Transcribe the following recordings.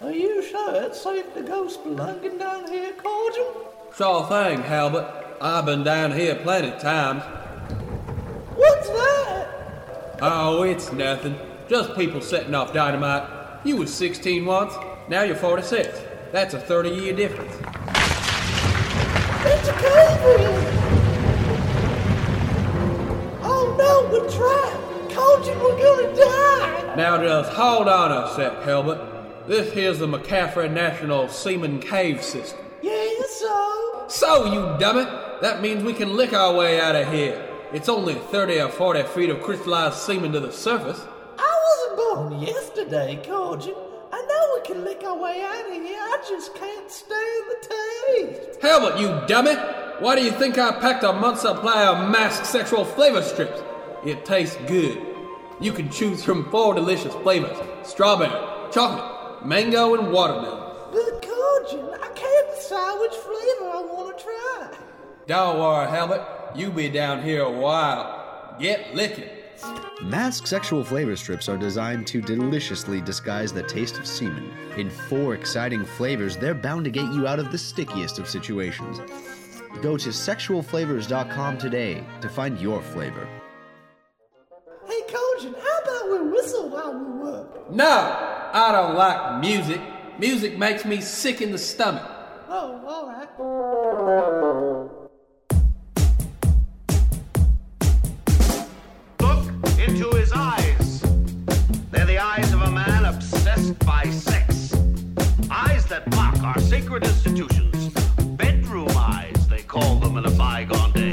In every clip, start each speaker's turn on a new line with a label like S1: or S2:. S1: Are you sure it's safe to go spelunking down here, Cordial?
S2: Sure thing, Halbert. I've been down here plenty times.
S1: What's that?
S2: Oh, it's nothing. Just people setting off dynamite. You was 16 once, now you're 46. That's a 30 year difference.
S1: It's a cave Oh no, we're trapped! Cordial, we're gonna die!
S2: Now just hold on a sec, Halbert. This here's the McCaffrey National Seaman Cave System.
S1: Yeah, so?
S2: So, you dumbit, that means we can lick our way out of here. It's only 30 or 40 feet of crystallized semen to the surface.
S1: I wasn't born yesterday, Cordial. I know we can lick our way out of here, I just can't stand the taste!
S2: Helmet, you dumbit! Why do you think I packed a month's supply of masked sexual flavor strips? It tastes good. You can choose from four delicious flavors strawberry, chocolate, mango, and watermelon.
S1: The Cajun, I can't decide which flavor I want to try.
S2: Don't worry, Helmet. You be down here a while. Get licking.
S3: Mask sexual flavor strips are designed to deliciously disguise the taste of semen. In four exciting flavors, they're bound to get you out of the stickiest of situations. Go to sexualflavors.com today to find your flavor.
S1: Hey, Cajun, how about we whistle while we work?
S2: No, I don't like music. Music makes me sick in the stomach.
S1: Oh, all right.
S4: Look into his eyes. They're the eyes of a man obsessed by sex. Eyes that mock our sacred institutions. Bedroom eyes, they call them in a bygone day.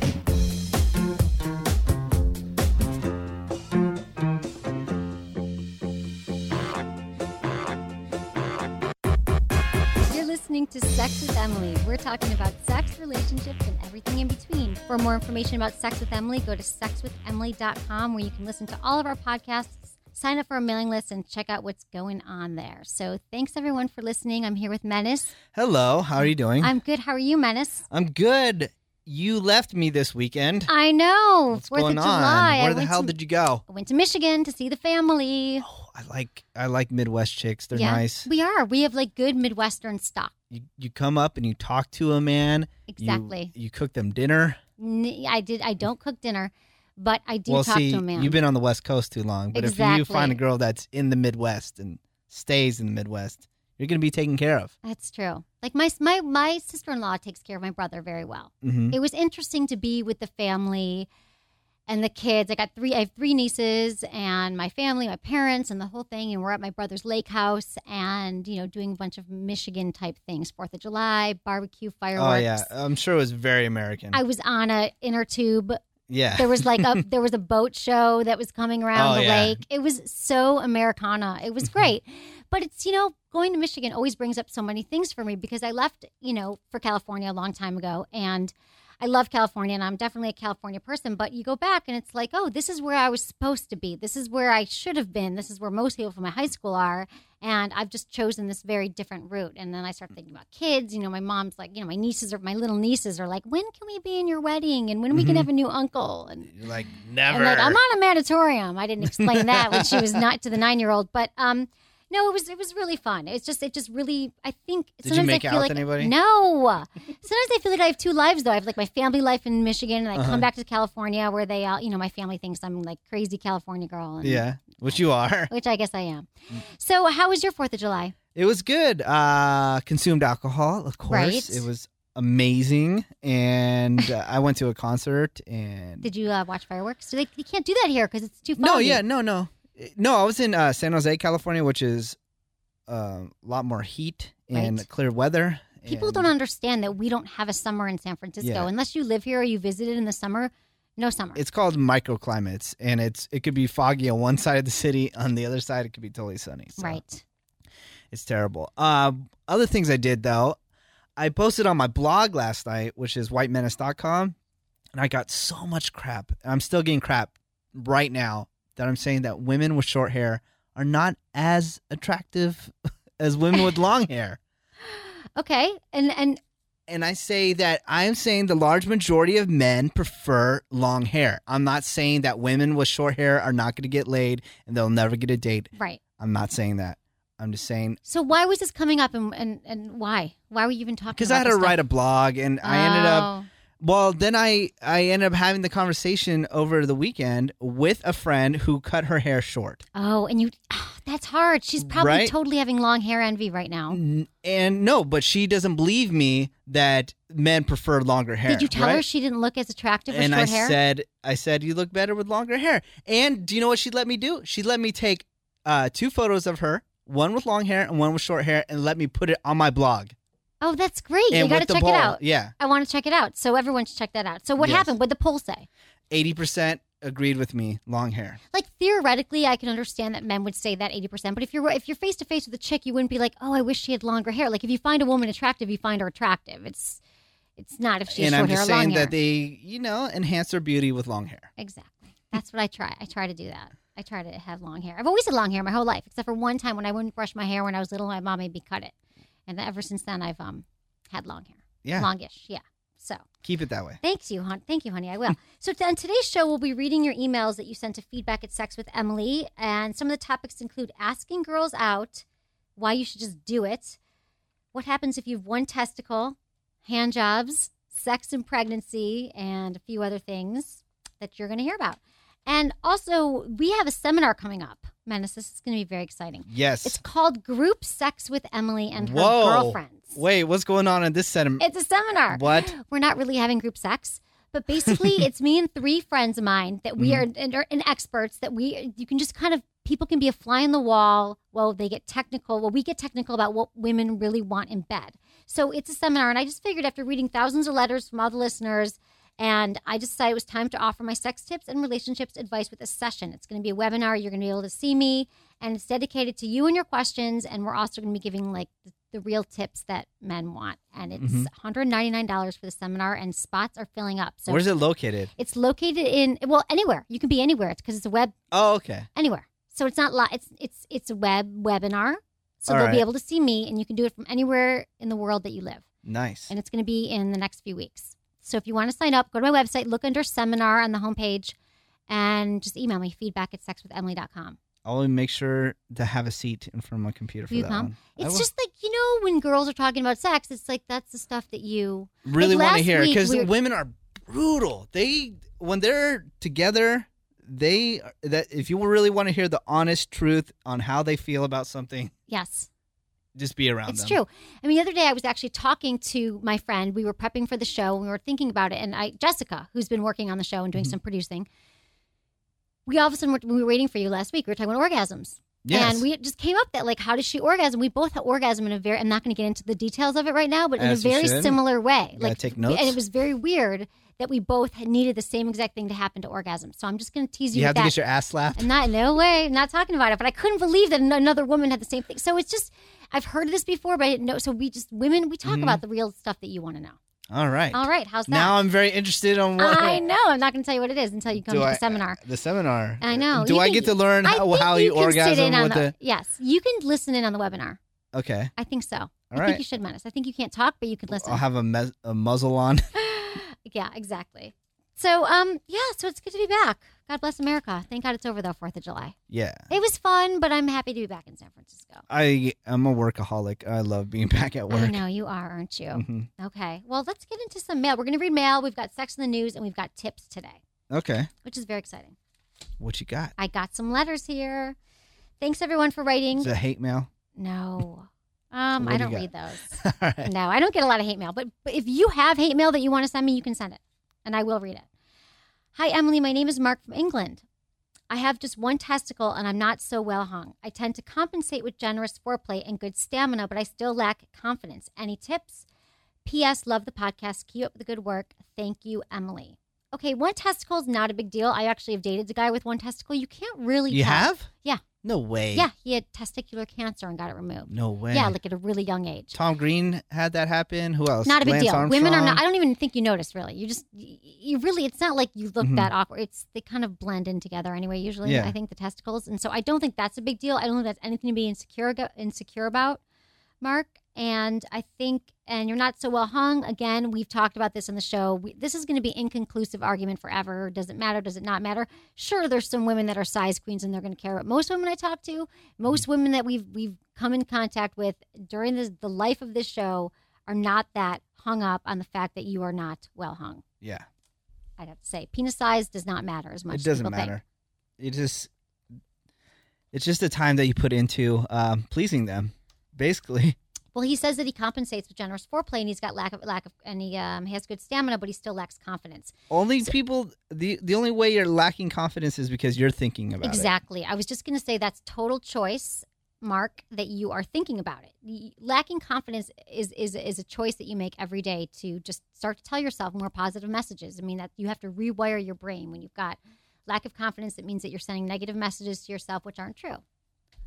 S5: You're listening to Sex with Emily. We're talking about sex, relationships, and everything in between. For more information about Sex with Emily, go to sexwithemily.com where you can listen to all of our podcasts, sign up for our mailing list, and check out what's going on there. So thanks everyone for listening. I'm here with Menace.
S6: Hello, how are you doing?
S5: I'm good. How are you, Menace?
S6: I'm good. You left me this weekend.
S5: I know.
S6: What's
S5: Oh, Fourth
S6: going
S5: of
S6: on?
S5: July. I
S6: Where the
S5: went
S6: hell
S5: to-
S6: did you go?
S5: I went to Michigan to see the family.
S6: Oh, I like I like Midwest chicks. They're
S5: Yeah,
S6: nice.
S5: We are. We have like good Midwestern stock.
S6: You, you come up and you talk to a man. You-
S5: Exactly.
S6: You, cook them dinner.
S5: N- I did. I don't cook dinner, but I do
S6: well,
S5: talk
S6: see,
S5: to a man.
S6: you've been on the West Coast too long. But if you find
S5: Exactly.
S6: a girl that's in the Midwest and stays in the Midwest, you're gonna be taken care of.
S5: That's true. Like my my my sister in law takes care of my brother very well.
S6: hmm
S5: It was interesting to be with the family and the kids. I got three. I have three nieces and my family, my parents, and the whole thing. And we're at my brother's lake house, and you know, doing a bunch of Michigan type things: Fourth of July, barbecue, fireworks.
S6: Oh yeah, I'm sure it was very American.
S5: I was on a inner tube
S6: yeah.
S5: there was like a there was a boat show that was coming around
S6: Oh,
S5: the
S6: yeah.
S5: lake. It was so Americana. It was great. but it's you know, going to Michigan always brings up so many things for me because I left, you know, for California a long time ago and I love California and I'm definitely a California person, but you go back and it's like, oh, this is where I was supposed to be. This is where I should have been. This is where most people from my high school are. And I've just chosen this very different route. And then I start thinking about kids. You know, my mom's like, you know, my nieces or my little nieces are like, when can we be in your wedding? And when are we going
S6: Mhm.
S5: to have a new uncle? And
S6: You're like never.
S5: and like, I'm on a mandatorium. I didn't explain that when she was not to the nine year old, but um, no, it was it was really fun. It's just it just really I think
S6: Did you
S5: sometimes
S6: make
S5: I
S6: out
S5: feel
S6: with
S5: like
S6: anybody?
S5: no. sometimes I feel like I have two lives though. I have like my family life in Michigan, and I
S6: Uh-huh.
S5: come back to California where they all you know my family thinks I'm like crazy California girl. And,
S6: yeah, which you are. Mm.
S5: which I guess I am. So how was your Fourth of July?
S6: It was good. Uh, consumed alcohol, of course.
S5: Right.
S6: It was amazing, and uh, I went to a concert. And
S5: Did you uh, watch fireworks? So they, you can't do that here because it's too foggy.
S6: no, yeah, no, no, no. I was in uh, San Jose, California, which is um, a lot more heat and
S5: Right.
S6: clear weather.
S5: People
S6: and-
S5: don't understand that we don't have a summer in San Francisco
S6: Yeah.
S5: unless you live here or you visited in the summer. No summer.
S6: It's called microclimates, and it's it could be foggy on one side of the city, on the other side it could be totally sunny. So
S5: right.
S6: It's terrible. Uh, other things I did though, I posted on my blog last night, which is whitemenace.com, and I got so much crap. I'm still getting crap right now that I'm saying that women with short hair are not as attractive as women with long hair.
S5: Okay, and and
S6: and I say that I'm saying the large majority of men prefer long hair. I'm not saying that women with short hair are not going to get laid and they'll never get a date.
S5: Right.
S6: I'm not saying that. I'm just saying
S5: So why was this coming up, and and, and why? Why were you even talking?
S6: because
S5: Because
S6: I had to
S5: this
S6: write a
S5: stuff?
S6: blog and I ended up
S5: Oh.
S6: well then I I ended up having the conversation over the weekend with a friend who cut her hair short.
S5: Oh, and you. ah, that's hard. She's probably
S6: Right?
S5: totally having long hair envy right now.
S6: N- And no, but she doesn't believe me that men prefer longer hair.
S5: Did you tell her
S6: right?
S5: she didn't look as attractive with
S6: and
S5: short
S6: I
S5: hair?
S6: said, I said, you look better with longer hair. And do you know what she let me do? She let me take uh, two photos of her, one with long hair and one with short hair, and let me put it on my blog.
S5: oh, that's great.
S6: and
S5: you got
S6: with the
S5: to check
S6: poll,
S5: it out.
S6: yeah.
S5: I want to check it out. So everyone should check that out. So what
S6: Yes.
S5: happened? What did the poll say?
S6: Eighty percent agreed with me, long hair.
S5: Like theoretically, I can understand that men would say that eighty percent. But if you're if you're face to face with a chick, you wouldn't be like, oh, I wish she had longer hair. Like if you find a woman attractive, you find her attractive. It's it's not if she has
S6: and I'm
S5: short hair
S6: just
S5: or long
S6: saying
S5: hair.
S6: that they, you know, enhance their beauty with long hair.
S5: Exactly. That's what I try. I try to do that. I try to have long hair. I've always had long hair my whole life, except for one time when I wouldn't brush my hair when I was little. My mom made me cut it, and then ever since then I've um had long hair.
S6: Yeah.
S5: longish. Yeah. So
S6: Keep it that way.
S5: thanks you, hon. Thank you, honey. I will. so t- on today's show, we'll be reading your emails that you sent to feedback at Sex with Emily, and some of the topics include asking girls out, why you should just do it, what happens if you've one testicle, hand jobs, sex and pregnancy, and a few other things that you're going to hear about. And also, we have a seminar coming up. Menace, this is going to be very exciting.
S6: Yes.
S5: It's called Group Sex with Emily and Her
S6: Whoa.
S5: Girlfriend.
S6: Wait, what's going on in this sentiment?
S5: It's a seminar.
S6: What?
S5: We're not really having group sex, but basically, it's me and three friends of mine that we
S6: Mhm.
S5: are and, are and experts that we you can just kind of people can be a fly on the wall. Well, they get technical. Well, we get technical about what women really want in bed. So it's a seminar, and I just figured after reading thousands of letters from all the listeners. And I just decided it was time to offer my sex tips and relationships advice with a session. It's going to be a webinar. You're going to be able to see me, and it's dedicated to you and your questions. And we're also going to be giving like the, the real tips that men want. And it's
S6: Mhm.
S5: $199 for the seminar, and spots are filling up. So
S6: Where's it located?
S5: It's located in well anywhere. You can be anywhere because it's a web
S6: Oh, okay.
S5: anywhere. So it's not li It's it's it's a web webinar. So
S6: All
S5: they'll be
S6: right.
S5: able to see me, and you can do it from anywhere in the world that you live.
S6: Nice.
S5: And it's going to be in the next few weeks. So if you want to sign up, go to my website, look under seminar on the homepage, and just email me feedback at sexwithemily.com.
S6: I'll make sure to have a seat in front of my computer for
S5: You
S6: that
S5: come?
S6: one. I
S5: It's
S6: will.
S5: just like you know when girls are talking about sex, it's like that's the stuff that you
S6: really
S5: like
S6: want to
S5: last
S6: hear
S5: week
S6: because
S5: we were-
S6: women are brutal. They when they're together, they are- that if you really want to hear the honest truth on how they feel about something,
S5: yes.
S6: just be around
S5: It's
S6: them.
S5: true. I mean, the other day I was actually talking to my friend. We were prepping for the show and we were thinking about it. And I, Jessica, who's been working on the show and doing
S6: Mm-hmm.
S5: some producing, we all of a sudden were, when we were waiting for you last week. We were talking about orgasms.
S6: Yes.
S5: And we it just came up that like, how does she orgasm? We both had orgasm in a very. I'm not going to get into the details of it right now, but
S6: As
S5: in
S6: you
S5: a very
S6: should.
S5: similar way.
S6: You gotta
S5: Like
S6: take notes.
S5: And it was very weird that we both had needed the same exact thing to happen to orgasm. So I'm just going to tease you.
S6: You
S5: with
S6: have to
S5: that.
S6: get your ass slapped.
S5: I'm not, no way. I'm not talking about it. But I couldn't believe that an- another woman had the same thing. So it's just, I've heard of this before, but I didn't know. So we just, women, we talk
S6: Mhm.
S5: about the real stuff that you want to know.
S6: All right.
S5: All right. How's that?
S6: Now I'm very interested on what
S5: I know. I'm not going to tell you what it is until you come
S6: Do
S5: to the
S6: I-
S5: seminar.
S6: The seminar.
S5: I know.
S6: Do
S5: You
S6: I
S5: can-
S6: get to learn
S5: I
S6: how,
S5: think
S6: how Oh, you,
S5: can sit
S6: orgasm
S5: in on
S6: with the,
S5: Yes. You can listen in on the webinar.
S6: Okay.
S5: I think so. I
S6: right.
S5: think you should, Menace. I think you can't talk, but you can listen.
S6: I'll have a, mes- a muzzle on.
S5: yeah, exactly. So, um, yeah, so it's good to be back. God bless America. Thank God it's over, though, 4th of July.
S6: yeah.
S5: It was fun, but I'm happy to be back in San Francisco.
S6: I am a workaholic. I love being back at work.
S5: I know you are, aren't you?
S6: Mhm.
S5: Okay. Well, let's get into some mail. We're going to read mail. We've got sex in the news and we've got tips today,
S6: Okay.
S5: which is very exciting.
S6: What you got?
S5: I got some letters here. Thanks everyone for writing.
S6: Is it hate mail?
S5: no. Um,
S6: What
S5: I
S6: do you
S5: don't read
S6: got?
S5: those.
S6: All right.
S5: No, I don't get a lot of hate mail, but, but if you have hate mail that you want to send me, you can send it and I will read it. Hi, Emily. My name is Mark from England. I have just one testicle and I'm not so well hung. I tend to compensate with generous foreplay and good stamina, but I still lack confidence. Any tips? P.S. Love the podcast. Keep up the good work. Thank you, Emily. okay, one testicle is not a big deal. I actually have dated a guy with one testicle. You can't really.
S6: You
S5: tell.
S6: have?
S5: Yeah.
S6: No way.
S5: Yeah, he had testicular cancer and got it removed.
S6: No way.
S5: Yeah, like at a really young age.
S6: Tom Green had that happen. Who else?
S5: Not a big
S6: Lance
S5: deal. Women are
S6: Armstrong?
S5: not. I don't even think you notice really. You just you- you really. It's not like you look
S6: Mhm.
S5: that awkward. It's they kind of blend in together anyway. Usually,
S6: Yeah.
S5: I think the testicles, and so I don't think that's a big deal. I don't think that's anything to be insecure go- insecure about, Mark. And I think, and you're not so well hung. Again, we've talked about this on the show. We, this is going to be inconclusive argument forever. Does it matter? Does it not matter? Sure, there's some women that are size queens and they're going to care. But most women I talk to, most
S6: Mm-hmm.
S5: women that we've we've come in contact with during this, the life of this show are not that hung up on the fact that you are not well hung.
S6: Yeah.
S5: I'd have to say, penis size does not matter as much.
S6: It
S5: as
S6: doesn't
S5: people think.
S6: matter. It just it's just the time that you put into um, pleasing them, basically.
S5: Well, he says that he compensates with generous foreplay, and he's got lack of lack of, and he um, has good stamina, but he still lacks confidence.
S6: Only people the the only way you're lacking confidence is because you're thinking about it.
S5: exactly. I was just going to say that's total choice, Mark, that you are thinking about it. Y- Lacking confidence is is is a choice that you make every day to just start to tell yourself more positive messages. I mean, that you have to rewire your brain when you've got lack of confidence. It means that you're sending negative messages to yourself, which aren't true.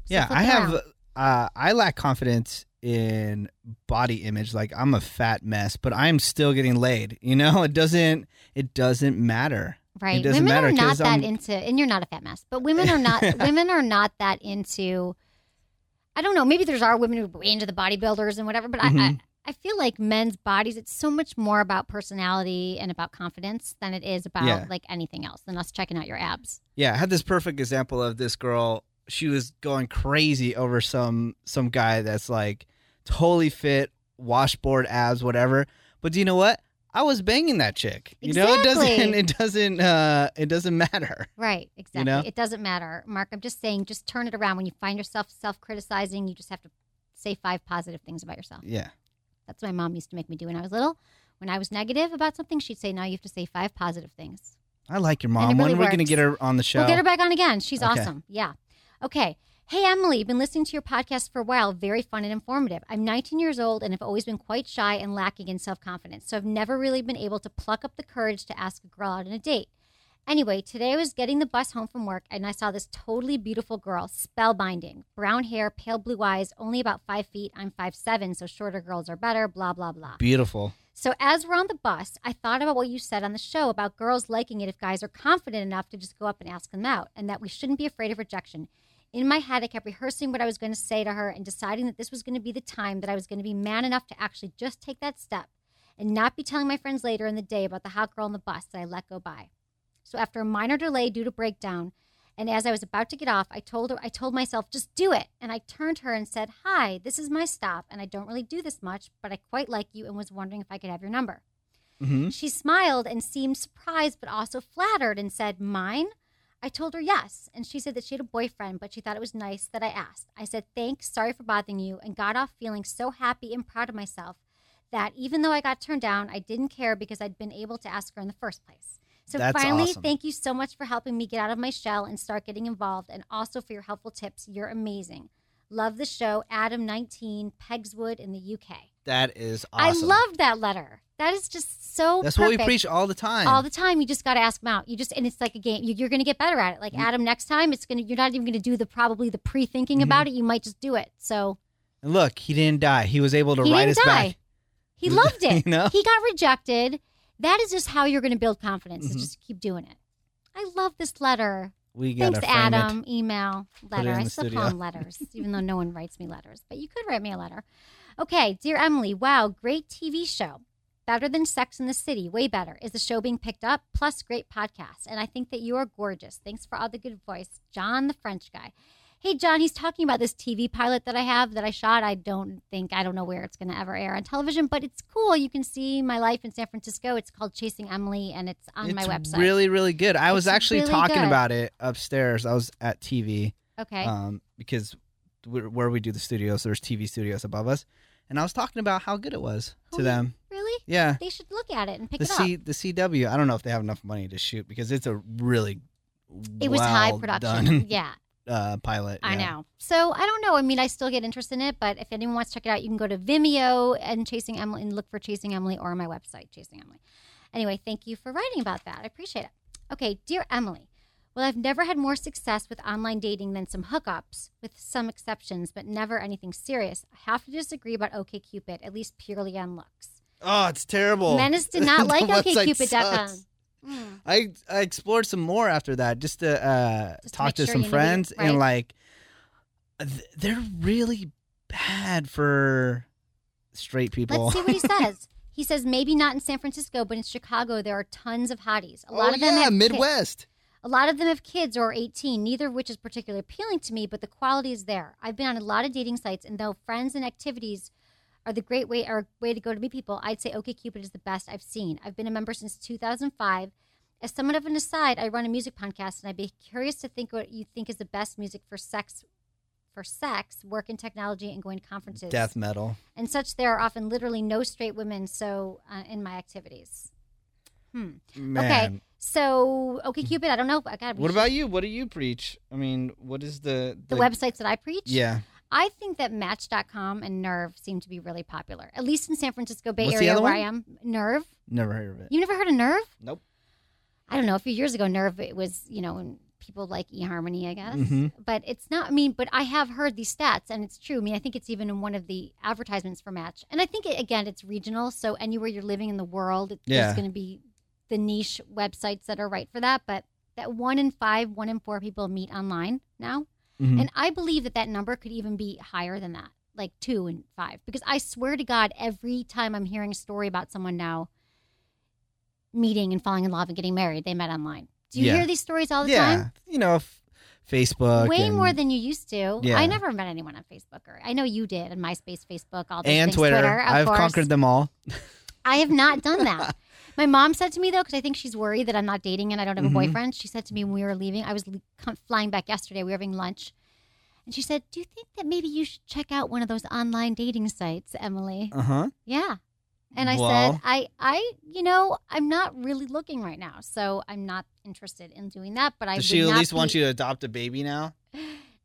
S6: Yeah,
S5: flip
S6: I
S5: it
S6: have
S5: around.
S6: uh, I lack confidence in body image. Like I'm a fat mess, but I'm still getting laid. You know, it doesn't it doesn't matter.
S5: Right.
S6: It doesn't
S5: women
S6: matter
S5: are not
S6: 'cause
S5: that
S6: I'm-
S5: into and you're not a fat mess, but women are not women are not that into I don't know, maybe there's our women who are way into the bodybuilders and whatever, but I, I
S6: Mhm.
S5: I feel like men's bodies it's so much more about personality and about confidence than it is about
S6: Yeah.
S5: like anything else than us checking out your abs.
S6: Yeah, I had this perfect example of this girl. She was going crazy over some some guy that's like totally fit, washboard abs, whatever. But do you know what? I was banging that chick. You know, it doesn't
S5: Exactly.
S6: it doesn't uh it doesn't matter.
S5: Right, exactly.
S6: know?
S5: It doesn't matter. Mark, I'm just saying just turn it around when you find yourself self-criticizing, you just have to say five positive things about yourself.
S6: Yeah.
S5: That's what my mom used to make me do when I was little. When I was negative about something, she'd say, "Now you have to say five positive things."
S6: I like your
S5: it
S6: mom.
S5: really
S6: when we're gonna
S5: works.
S6: get her on the show.
S5: We'll get her back on again. She's
S6: Okay.
S5: awesome. Yeah. Okay. Hey, Emily, been listening to your podcast for a while. Very fun and informative. I'm 19 years old and have always been quite shy and lacking in self confidence. So I've never really been able to pluck up the courage to ask a girl out on a date. Anyway, today I was getting the bus home from work and I saw this totally beautiful girl, spellbinding, brown hair, pale blue eyes, only about five feet. I'm five seven, so shorter girls are better, blah, blah, blah.
S6: Beautiful.
S5: So as we're on the bus, I thought about what you said on the show about girls liking it if guys are confident enough to just go up and ask them out, and that we shouldn't be afraid of rejection. In my head, I kept rehearsing what I was going to say to her and deciding that this was going to be the time that I was going to be man enough to actually just take that step and not be telling my friends later in the day about the hot girl on the bus that I let go by. So after a minor delay due to breakdown, and as I was about to get off, I told her I told myself just do it. And I turned to her and said, "Hi, this is my stop, and I don't really do this much, but I quite like you and was wondering if I could have your number."
S6: Mm-hmm.
S5: She smiled and seemed surprised but also flattered and said, "Mine?" I told her yes, and she said that she had a boyfriend, but she thought it was nice that I asked. I said, "Thanks, sorry for bothering you," and got off feeling so happy and proud of myself that even though I got turned down, I didn't care because I'd been able to ask her in the first place. So
S6: That's
S5: finally,
S6: awesome.
S5: thank you so much for helping me get out of my shell and start getting involved, and also for your helpful tips. You're amazing. Love the show, Adam 19, Pegswood in the UK.
S6: That is awesome.
S5: I loved that letter. That is just so.
S6: That's what we
S5: perfect.
S6: preach all the time.
S5: All the time, you just got to ask them out. You just and it's like a game. You, you're going to get better at it.
S6: Mm-hmm.
S5: Like Adam, next time it's going to. You're not even going to do the probably the pre thinking
S6: Mm-hmm.
S5: about it. You might just do it. So
S6: and look, he didn't die. He was able to
S5: he
S6: write
S5: didn't
S6: us
S5: die.
S6: back.
S5: He loved it.
S6: You know?
S5: He got rejected. That is just how you're going to build confidence.
S6: Mm-hmm.
S5: Is just keep doing it. I love this letter.
S6: We gotta
S5: Thanks,
S6: frame it.
S5: Adam. Email,
S6: it
S5: letter.
S6: in
S5: I
S6: the
S5: still
S6: studio.
S5: call them letters, even though no one writes me letters. But you could write me a letter. Okay, dear Emily. Wow, great TV show. Better than Sex in the City. Way better. Is the show being picked up? Plus, great podcast. And I think that you are gorgeous. Thanks for all the good voice, John, the French guy. Hey, John. He's talking about this TV pilot that I have that I shot. I don't think I don't know where it's going to ever air on television, but it's cool. You can see my life in San Francisco. It's called Chasing Emily, and it's on my
S6: It's
S5: website.
S6: Really, really good. I was
S5: It's
S6: actually
S5: really
S6: talking
S5: good.
S6: about it upstairs. I was at TV.
S5: Okay.
S6: Um, because we're, where we do the studios, there's TV studios above us, and I was talking about how good it was to
S5: Holy-
S6: them.
S5: Really?
S6: Yeah.
S5: They should look at it and pick
S6: The
S5: it
S6: C
S5: up.
S6: the CW. I don't know if they have enough money to shoot because it's a really
S5: It was high
S6: well
S5: production.
S6: done,
S5: Yeah,
S6: uh, pilot.
S5: I
S6: yeah.
S5: know. So I don't know. I mean, I still get interest in it, but if anyone wants to check it out, you can go to Vimeo and Chasing Emily and look for Chasing Emily or my website, Chasing Emily. Anyway, thank you for writing about that. I appreciate it. Okay, dear Emily. Well, I've never had more success with online dating than some hookups, with some exceptions, but never anything serious. I have to disagree about OKCupid, at least purely on looks.
S6: Oh, it's terrible.
S5: Menace did not
S6: The
S5: like
S6: website
S5: OKCupid.com.
S6: sucks.
S5: Hmm.
S6: I I explored some more after that just to uh, talk
S5: make
S6: to
S5: sure
S6: some
S5: you knew you-
S6: friends and
S5: right.
S6: like th- they're really bad for straight people.
S5: Let's see what he says. He says maybe not in San Francisco, but in Chicago there are tons of hotties. A lot
S6: Oh,
S5: of them
S6: yeah,
S5: have ki-
S6: Midwest.
S5: a lot of them have kids or are 18, neither of which is particularly appealing to me, but the quality is there. I've been on a lot of dating sites, and though friends and activities are the great way are a way to go to meet people, I'd say OkCupid is the best I've seen. I've been a member since 2005. As somewhat of an aside, I run a music podcast, and I'd be curious to think what you think is the best music for sex, for sex, work in technology, and going to conferences
S6: Death metal.
S5: and such there are often literally no straight women so uh, in my activities hmm okay
S6: Man. Hmm.
S5: so okay cupid i don't know i got
S6: What about you? What do you preach? I mean, what is the
S5: the websites that i preach
S6: Yeah.
S5: i think that match.com and nerve seem to be really popular at least in san francisco bay
S6: What's the
S5: area
S6: other
S5: where i
S6: one?
S5: am nerve
S6: Never heard of it.
S5: you never heard of nerve
S6: Nope.
S5: i don't know a few years ago nerve it was you know when people like eharmony i guess
S6: Mhm.
S5: but it's not i mean but i have heard these stats and it's true i mean i think it's even in one of the advertisements for match and i think it, again it's regional so anywhere you're living in the world it,
S6: Yeah.
S5: there's going to be the niche websites that are right for that but that one in five one in four people meet online now
S6: Mm-hmm.
S7: Mhm.
S5: and i believe that that number could even be higher than that like two and five because i swear to god every time i'm hearing a story about someone now meeting and falling in love and getting married they met online do you
S6: Yeah.
S5: hear these stories all the
S6: yeah.
S5: time
S6: You know, f- Facebook.
S5: Way
S6: and-
S5: more than you used to.
S6: Yeah.
S5: I never met anyone on Facebook or I know you did on MySpace, Facebook, all those
S6: and
S5: things.
S6: Twitter.
S5: of
S6: I've
S5: course.
S6: conquered them all.
S5: I have not done that. My mom said to me though, because I think she's worried that I'm not dating and I don't have a
S6: Mhm.
S5: boyfriend. She said to me when we were leaving, I was le- com- flying back yesterday. We were having lunch, and she said, "Do you think that maybe you should check out one of those online dating sites, Emily?"
S6: Uh huh.
S5: Yeah. And I
S6: Well-
S5: said, I, I, you know, I'm not really looking right now, so I'm not interested in doing that. But I
S6: Does
S5: would
S6: she at
S5: not
S6: least want
S5: be-
S6: you to adopt a baby now?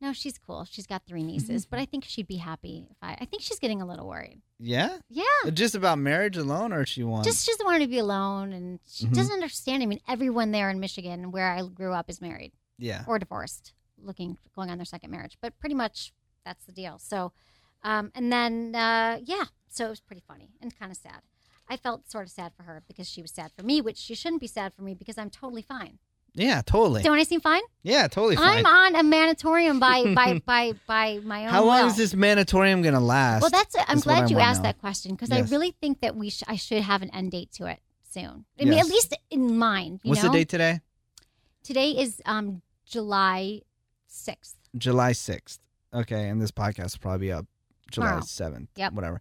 S5: No, she's cool. She's got three nieces,
S6: Mm-hmm.
S5: but I think she'd be happy if I. I think she's getting a little worried.
S6: Yeah.
S5: Yeah.
S6: Just about marriage alone, or she wants
S5: Just she doesn't want to be alone, and she
S6: Mhm.
S5: doesn't understand. I mean, everyone there in Michigan, where I grew up, is married.
S6: Yeah.
S5: Or divorced, looking going on their second marriage. But pretty much that's the deal. So, um, and then uh, yeah, so it was pretty funny and kind of sad. I felt sort of sad for her because she was sad for me, which she shouldn't be sad for me because I'm totally fine.
S6: Yeah, totally.
S5: Don't I seem fine?
S6: yeah, totally fine.
S5: I'm on a manatorium by by by by my own.
S6: How long
S5: will.
S6: is this mandatorium gonna last?
S5: Well, that's. I'm
S6: Is what
S5: glad
S6: I
S5: you
S6: wanna
S5: asked
S6: know.
S5: that question because
S6: Yes.
S5: I really think that we sh- I should have an end date to it soon. I mean, at
S6: Yes.
S5: least in mind. you
S6: What's
S5: know?
S6: the date today?
S5: Today is um July sixth.
S6: July sixth. Okay, and this podcast will probably be up July
S5: Tomorrow.
S6: seventh.
S5: Yep.
S6: Whatever.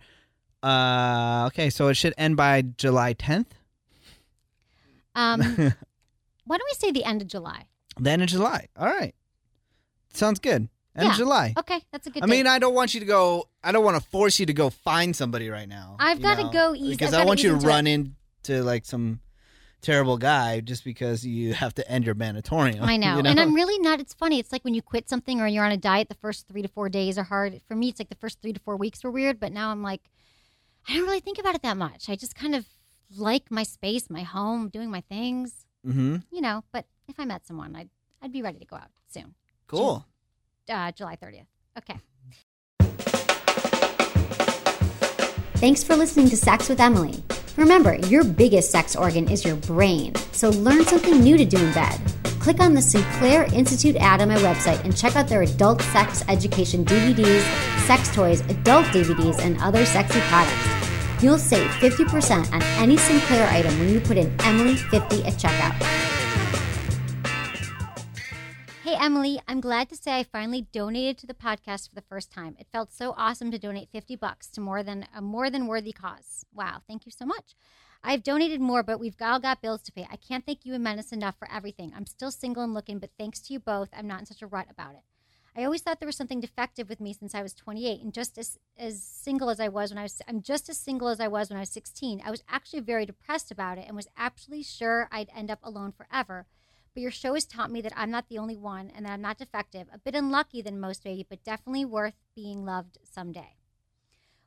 S6: Uh, okay, so it should end by July tenth.
S5: Um,
S6: the
S5: why don't we say the end of July?
S6: end of July. All right, sounds good. End
S5: yeah.
S6: of July.
S5: Okay, that's a good.
S6: I mean,
S5: date.
S6: I don't want you to go. I don't want to force you to go find somebody right now.
S5: I've
S6: you
S5: gotta
S6: know,
S5: go ease-
S6: because I
S5: I've gotta
S6: want you
S5: ease
S6: to
S5: into
S6: run
S5: it.
S6: into like some terrible guy just because you have to end your manatorium.
S5: I know.
S6: you
S5: and I'm really not. It's funny. It's like when you quit something or you're on a diet. The first three to four days are hard for me. It's like the first three to four weeks were weird, but now I'm like, I don't really think about it that much. I just kind of like my space, my home, doing my things.
S6: Mhm.
S5: You know. But if I met someone, I'd I'd be ready to go out soon.
S6: Cool.
S5: uh, July 30th. Okay. Thanks for listening to Sex with Emily. Remember, your biggest sex organ is your brain, so learn something new to do in bed. Click on the Sinclair Institute ad on my website and check out their adult sex education DVDs, sex toys, adult DVDs, and other sexy products. You'll save 50% on any Sinclair item when you put in Emily50 at checkout. Hey, Emily, I'm glad to say I finally donated to the podcast for the first time. It felt so awesome to donate 50 bucks to more than a more than worthy cause. Wow, thank you so much. I've donated more, but we've all got bills to pay. I can't thank you and Menace enough for everything. I'm still single and looking, but thanks to you both, I'm not in such a rut about it. I always thought there was something defective with me since I was 28 and just as, as single as I was when I was I'm just as single as I was when I was 16. I was actually very depressed about it and was actually sure I'd end up alone forever. But your show has taught me that I'm not the only one and that I'm not defective, a bit unlucky than most maybe, but definitely worth being loved someday.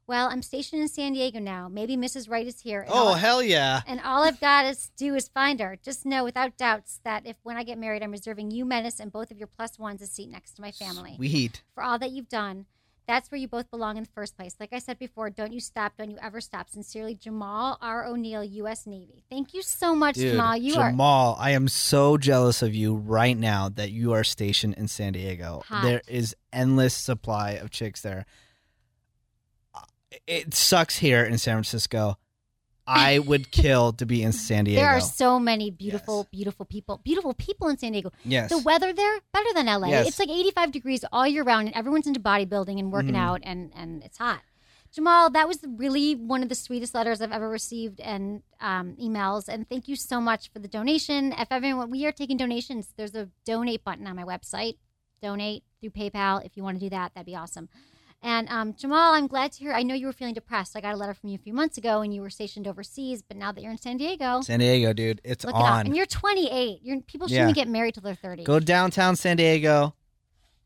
S5: well, I'm stationed in San Diego now. Maybe Mrs. Wright is here. and
S6: Oh,
S5: all-
S6: hell yeah.
S5: And all I've got to do is find her. Just know without doubts that if when I get married, I'm reserving you, Menace, and both of your plus ones a seat next to my family.
S6: Sweet.
S5: For all that you've done, that's where you both belong in the first place. Like I said before, don't you stop, don't you ever stop. Sincerely, Jamal R. O'Neill, U.S. Navy. Thank you so much,
S6: Dude,
S5: Jamal. You are
S6: Jamal, I am so jealous of you right now that you are stationed in San Diego.
S5: Hot.
S6: There is endless supply of chicks there. Uh, It sucks here in San Francisco. I would kill to be in San Diego.
S5: There are so many beautiful, beautiful people. Beautiful people in San Diego.
S6: Yes.
S5: The weather there better than LA.
S6: Yes.
S5: It's like 85 degrees all year round, and everyone's into bodybuilding and working
S6: Mhm.
S5: out, and and it's hot. Jamal, that was really one of the sweetest letters I've ever received and um, emails. And thank you so much for the donation. If everyone, we are taking donations. There's a donate button on my website. Donate through PayPal if you want to do that. That'd be awesome. And um, Jamal, I'm glad to hear. I know you were feeling depressed. I got a letter from you a few months ago, and you were stationed overseas. But now that you're in San Diego,
S6: San Diego, dude. It's
S5: Look it up.
S6: on.
S5: And you're 28. You're, people
S6: Yeah.
S5: shouldn't get married till they're 30.
S6: Go downtown San Diego.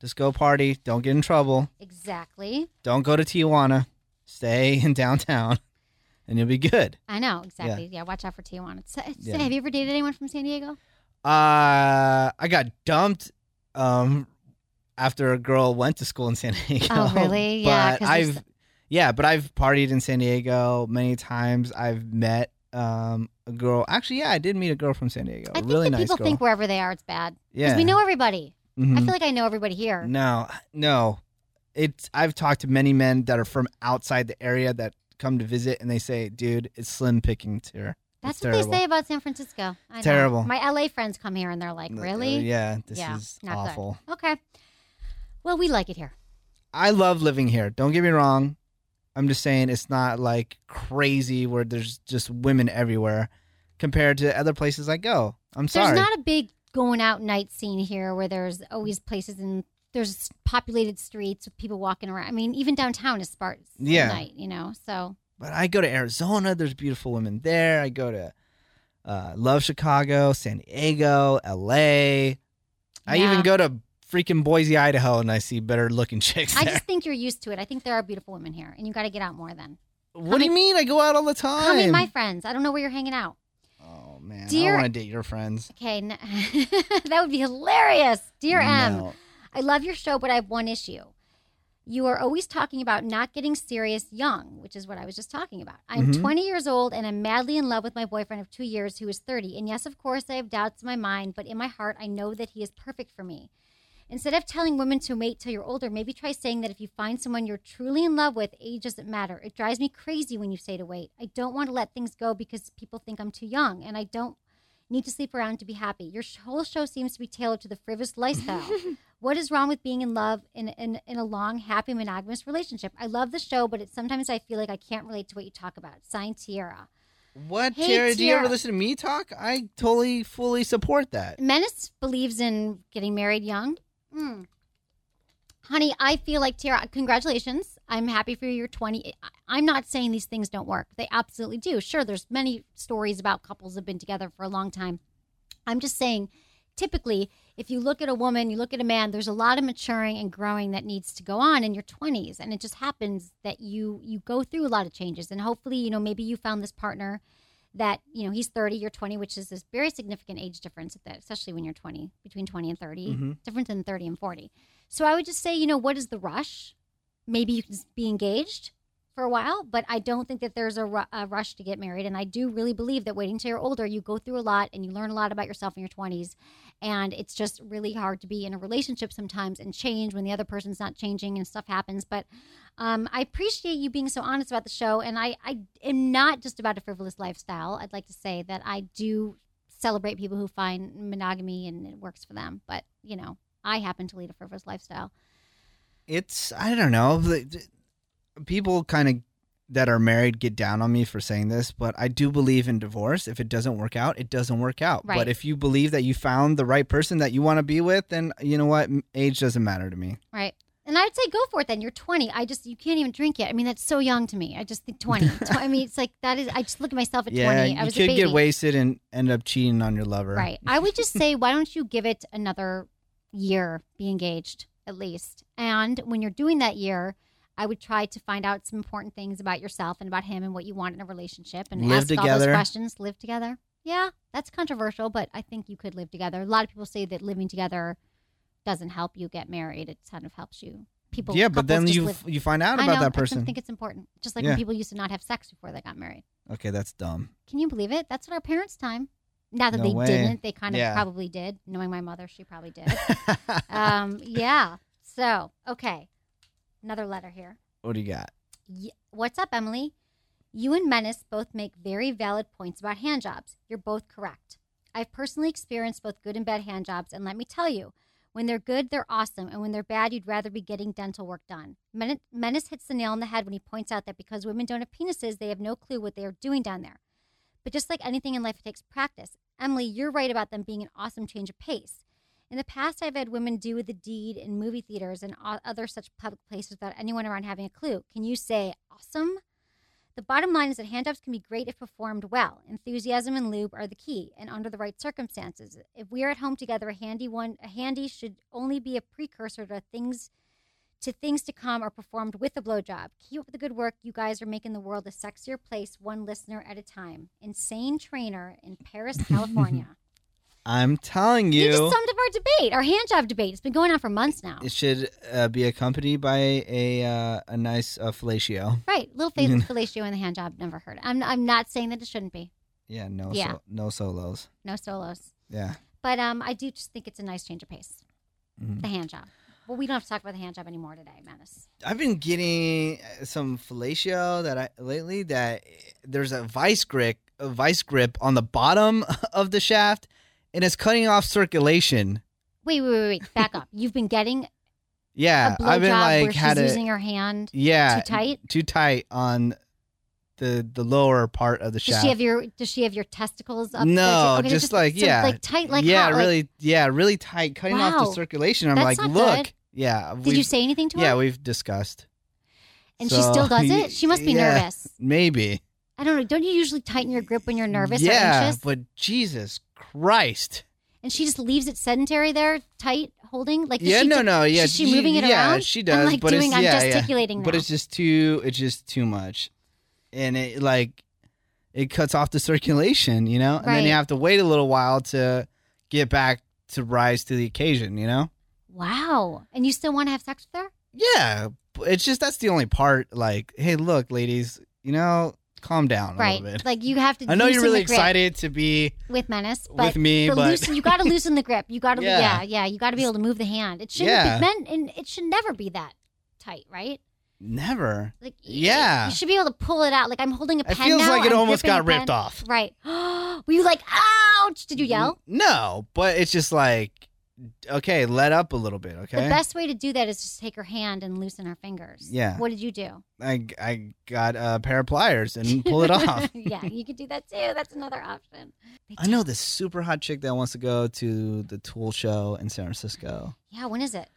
S6: Just go party. Don't get in trouble.
S5: Exactly.
S6: Don't go to Tijuana. Stay in downtown and you'll be good.
S5: I know exactly. Yeah, watch out for Tijuana. So, so
S6: Yeah.
S5: have you ever dated anyone from San Diego?
S6: Uh, I got dumped um after a girl went to school in San Diego.
S5: Oh, really? Yeah, 'cause
S6: But
S5: there's
S6: I've yeah, but I've partied in San Diego many times. I've met um a girl. Actually, yeah, I did meet a girl from San Diego.
S5: I
S6: a
S5: think
S6: really
S5: that
S6: nice
S5: people
S6: girl.
S5: think wherever they are, it's bad.
S6: Yeah.
S5: we know everybody. I
S6: Mhm.
S5: feel like I know everybody here.
S6: No, no. It's I've talked to many men that are from outside the area that come to visit and they say, "Dude, it's slim pickings here."
S5: That's
S6: It's
S5: what
S6: terrible."
S5: they say about San Francisco. I know.
S6: Terrible.
S5: My LA friends come here and they're like,
S6: No,
S5: really?
S6: yeah, this
S5: yeah,
S6: is
S5: not good.
S6: awful.
S5: Okay. Well, we like it here.
S6: I love living here. Don't get me wrong. I'm just saying it's not like crazy where there's just women everywhere compared to other places I go. I'm sorry.
S5: There's not a big going out night scene here where there's always places and there's populated streets with people walking around. I mean, even downtown is sparse at
S6: Yeah.
S5: night, you know. So
S6: but I go to Arizona, there's beautiful women there. I go to uh, love Chicago, San Diego, LA. I
S5: Yeah.
S6: even go to freaking Boise, Idaho and I see better looking chicks
S5: I
S6: there.
S5: just think you're used to it. I think there are beautiful women here, and you got to get out more. Then
S6: what do you mean? I go out all the time.
S5: come meet my friends. I don't know where you're hanging out.
S6: oh man,
S5: Dear-
S6: I want to date your friends.
S5: Okay, n- that would be hilarious, dear M.
S6: No.
S5: I love your show, but I have one issue. You are always talking about not getting serious young, which is what I was just talking about. I'm
S7: Mhm.
S5: 20 years old and I'm madly in love with my boyfriend of two years who is 30. And yes, of course, I have doubts in my mind, but in my heart, I know that he is perfect for me. Instead of telling women to wait till you're older, maybe try saying that if you find someone you're truly in love with, age doesn't matter. It drives me crazy when you say to wait. I don't want to let things go because people think I'm too young and I don't need to sleep around to be happy. Your sh- whole show seems to be tailored to the frivolous lifestyle. what is wrong with being in love in, in, in a long, happy, monogamous relationship? I love the show, but it, sometimes I feel like I can't relate to what you talk about. Signed, Tiara.
S6: What,
S5: Hey,
S6: Tara? Do you ever
S5: Tara.
S6: listen to me talk? I totally, fully support that.
S5: Menace believes in getting married young. Mm. Honey, I feel like Tara. Congratulations! I'm happy for you. You're 20. I- I'm not saying these things don't work. They absolutely do. Sure, there's many stories about couples that have been together for a long time. I'm just saying, typically, if you look at a woman, you look at a man. There's a lot of maturing and growing that needs to go on in your 20s, and it just happens that you you go through a lot of changes. And hopefully, you know, maybe you found this partner that you know he's 30 you're 20 which is this very significant age difference at that especially when you're 20 between 20 and 30
S7: Mhm.
S5: different than 30 and 40 so i would just say you know what is the rush maybe you can s- be engaged for a while but i don't think that there's a, ru- a rush to get married and i do really believe that waiting till you're older you go through a lot and you learn a lot about yourself in your 20s and it's just really hard to be in a relationship sometimes and change when the other person's not changing and stuff happens but um, I appreciate you being so honest about the show, and I, I am not just about a frivolous lifestyle. I'd like to say that I do celebrate people who find monogamy and it works for them, but you know, I happen to lead a frivolous lifestyle.
S6: It's I don't know. the- People kind of that are married get down on me for saying this, but I do believe in divorce. If it doesn't work out, it doesn't work out.
S5: Right.
S6: But if you believe that you found the right person that you want to be with, then you know what, M- age doesn't matter to me.
S5: Right. And I'd say go for it then. You're 20. I just, you can't even drink yet. I mean, that's so young to me. I just think 20. Tw- I mean, it's like, that is, I just look at myself at
S6: yeah,
S5: 20. I
S6: you
S5: was a
S6: could
S5: baby.
S6: get wasted and end up cheating on your lover.
S5: Right. I would just say, why don't you give it another year, be engaged at least. And when you're doing that year, I would try to find out some important things about yourself and about him and what you want in a relationship and
S6: Live
S5: ask all those
S6: together.
S5: questions. Live together. Yeah, that's controversial, but I think you could live together. A lot of people say that living together doesn't help you get married. It kind of helps you. People,
S6: Yeah, but then
S5: couples just
S6: you
S5: live-
S6: f- you find out
S5: I
S6: about
S5: know,
S6: that
S5: I just
S6: person.
S5: think it's important. Just like
S6: Yeah.
S5: when people used to not have sex before they got married.
S6: Okay, that's dumb.
S5: Can you believe it? That's what our parents' time. Not that
S6: No
S5: they
S6: way.
S5: didn't, they kind of
S6: Yeah.
S5: probably did. Knowing my mother, she probably did. um, yeah. So, okay. Another letter here.
S6: What do you got?
S5: Y- What's up, Emily? You and Menace both make very valid points about hand jobs. You're both correct. I've personally experienced both good and bad hand jobs, and let me tell you, when they're good, they're awesome, and when they're bad, you'd rather be getting dental work done. Men- Menace hits the nail on the head when he points out that because women don't have penises, they have no clue what they are doing down there. But just like anything in life, it takes practice. Emily, you're right about them being an awesome change of pace. In the past, I've had women do the deed in movie theaters and o- other such public places without anyone around having a clue. Can you say awesome? The bottom line is that hand jobs can be great if performed well. Enthusiasm and lube are the key, and under the right circumstances. If we are at home together, a handy one, a handy should only be a precursor to things to things to come are performed with a blowjob. Keep up the good work. You guys are making the world a sexier place, one listener at a time. Insane trainer in Paris, California.
S6: I'm telling you,
S5: You just summed up our debate, our hand job debate. It's been going on for months now.
S6: it should uh, be accompanied by a uh, a nice uh, fellatio.
S5: Right, little
S6: Mhm.
S5: fatal fellatio and the hand job. Never heard. I'm I'm not saying that it shouldn't be.
S6: Yeah, no,
S5: Yeah.
S6: So, no solos.
S5: No solos,
S6: Yeah.
S5: but um, I do just think it's a nice change of pace.
S6: Mhm.
S5: The hand job. Well, we don't have to talk about the hand job anymore today, Menace.
S6: I've been getting uh, some fellatio that I lately that there's a vice grip, a vice grip on the bottom of the shaft, and it's cutting off circulation.
S5: Wait, wait, wait, wait. Back up. You've been getting
S6: Yeah,
S5: a
S6: Uh, I've been
S5: blowjob
S6: like
S5: where
S6: had
S5: she's
S6: a
S5: using her hand.
S6: yeah
S5: too tight?
S6: too tight on the the lower part of the
S5: Does
S6: shaft.
S5: she have your Does she have your testicles up?
S6: no,
S5: Okay, they're
S6: just, like
S5: so,
S6: yeah,
S5: like tight, like
S6: yeah,
S5: hot, like-
S6: really, yeah, really tight, cutting off
S5: Wow.
S6: the circulation. I'm like,
S5: That's not good.
S6: look, yeah.
S5: Did you
S6: we've-
S5: say anything to her?
S6: Yeah, we've discussed.
S5: And she still does it? She must be
S6: yeah,
S5: nervous.
S6: Maybe.
S5: I don't know. Don't you usually tighten your grip when you're nervous
S6: yeah,
S5: or anxious?
S6: but Jesus Christ.
S5: and she just leaves it sedentary there, tight, holding. Like is
S6: yeah,
S5: she
S6: no,
S5: do-
S6: no, yeah.
S5: Is she moving it
S6: yeah,
S5: around?
S6: she does.
S5: I'm like
S6: but
S5: doing.
S6: it's,
S5: I'm
S6: yeah, yeah.
S5: gesticulating.
S6: But
S5: now.
S6: it's just too. It's just too much, and it like it cuts off the circulation, you know. And then you
S5: Right.
S6: have to wait a little while to get back to rise to the occasion, you know.
S5: wow. And you still want to have sex with her?
S6: Yeah, but it's just that's the only part. Like, hey, look, ladies, you know, calm down a
S5: Right.
S6: little bit.
S5: Like you have to.
S6: I know you're
S5: loosen
S6: really
S5: the grip
S6: excited to be.
S5: with menace,
S6: with
S5: but
S6: me,
S5: the
S6: but-
S5: loosen, you got to loosen the grip. You got to.
S6: Yeah.
S5: yeah. yeah, You got to be able to move the hand. It shouldn't
S6: Yeah.
S5: be meant, and it should never be that tight, right?
S6: Never.
S5: Like y-
S6: Yeah.
S5: you should be able to pull it out. Like I'm holding a pen
S6: It feels
S5: now,
S6: like it
S5: I'm
S6: almost
S5: gripping a
S6: got ripped
S5: pen.
S6: off. Mm-hmm.
S5: Right. Were you like, ouch? Did you yell?
S6: No, but it's just like, okay, let up a little bit, okay?
S5: The best way to do that is just take her hand and loosen her fingers.
S6: Yeah.
S5: What did you do?
S6: I, I got a pair of pliers and pull it off.
S5: yeah, you could do that too. That's another option. They
S6: I know this super hot chick that wants to go to the Tool show in San Francisco
S5: Yeah, when is it?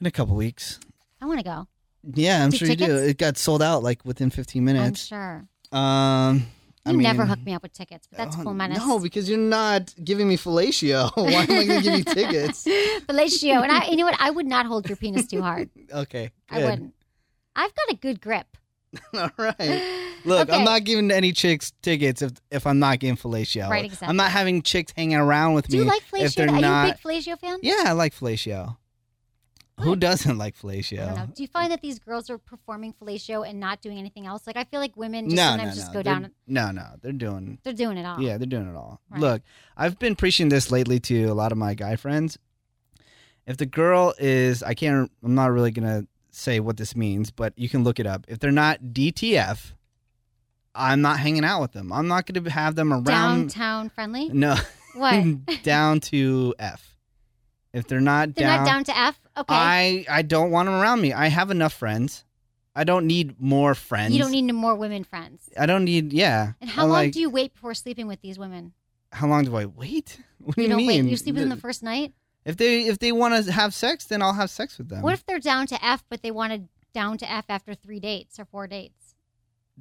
S6: in a couple weeks.
S5: I want to go.
S6: Yeah, I'm
S5: Do
S6: sure you do.
S5: tickets? Oh.
S6: It got sold out like within 15
S5: I'm
S6: minutes.
S5: sure.
S6: Um,
S5: You
S6: I mean,
S5: never hook me up with tickets, but that's
S6: oh,
S5: cool, menace.
S6: No, because you're not giving me fellatio. Why am I going to give you tickets?
S5: Fellatio. And I, you know what? I would not hold your penis too hard.
S6: Okay,
S5: I
S6: good.
S5: wouldn't. I've got a good grip.
S6: All right. Look, I'm
S5: Okay.
S6: not giving any chicks tickets if if I'm not getting fellatio.
S5: Right,
S6: I'm not having chicks hanging around with
S5: Do
S6: me
S5: you like
S6: if
S5: fellatio?
S6: they're
S5: Are
S6: not.
S5: you a big fellatio fan?
S6: yeah, I like fellatio. Who doesn't like fellatio?
S5: I don't know. Do you find that these girls are performing fellatio and not doing anything else? Like I feel like women just
S6: no, no,
S5: sometimes
S6: no.
S5: just go
S6: They're-
S5: down. and-
S6: No, no, they're doing.
S5: They're doing it all.
S6: Yeah, they're doing it all.
S5: Right.
S6: Look, I've been preaching this lately to a lot of my guy friends. If the girl is, I can't. I'm not really gonna say what this means, but you can look it up. If they're not DTF, I'm not hanging out with them. I'm not gonna have them around.
S5: Downtown friendly.
S6: No.
S5: What?
S6: down to F. If they're not
S5: They're
S6: down,
S5: not down to F. Okay.
S6: I I don't want them around me. I have enough friends. I don't need more friends.
S5: you don't need no more women friends.
S6: I don't need. Yeah.
S5: And how
S6: I
S5: long
S6: like-
S5: do you wait before sleeping with these women?
S6: How long do I wait? What do you,
S5: don't
S6: mean?
S5: wait. You sleep with them the first night.
S6: If they if they want to have sex, then I'll have sex with them.
S5: What if they're down to F, but they wanted down to F after three dates or four dates?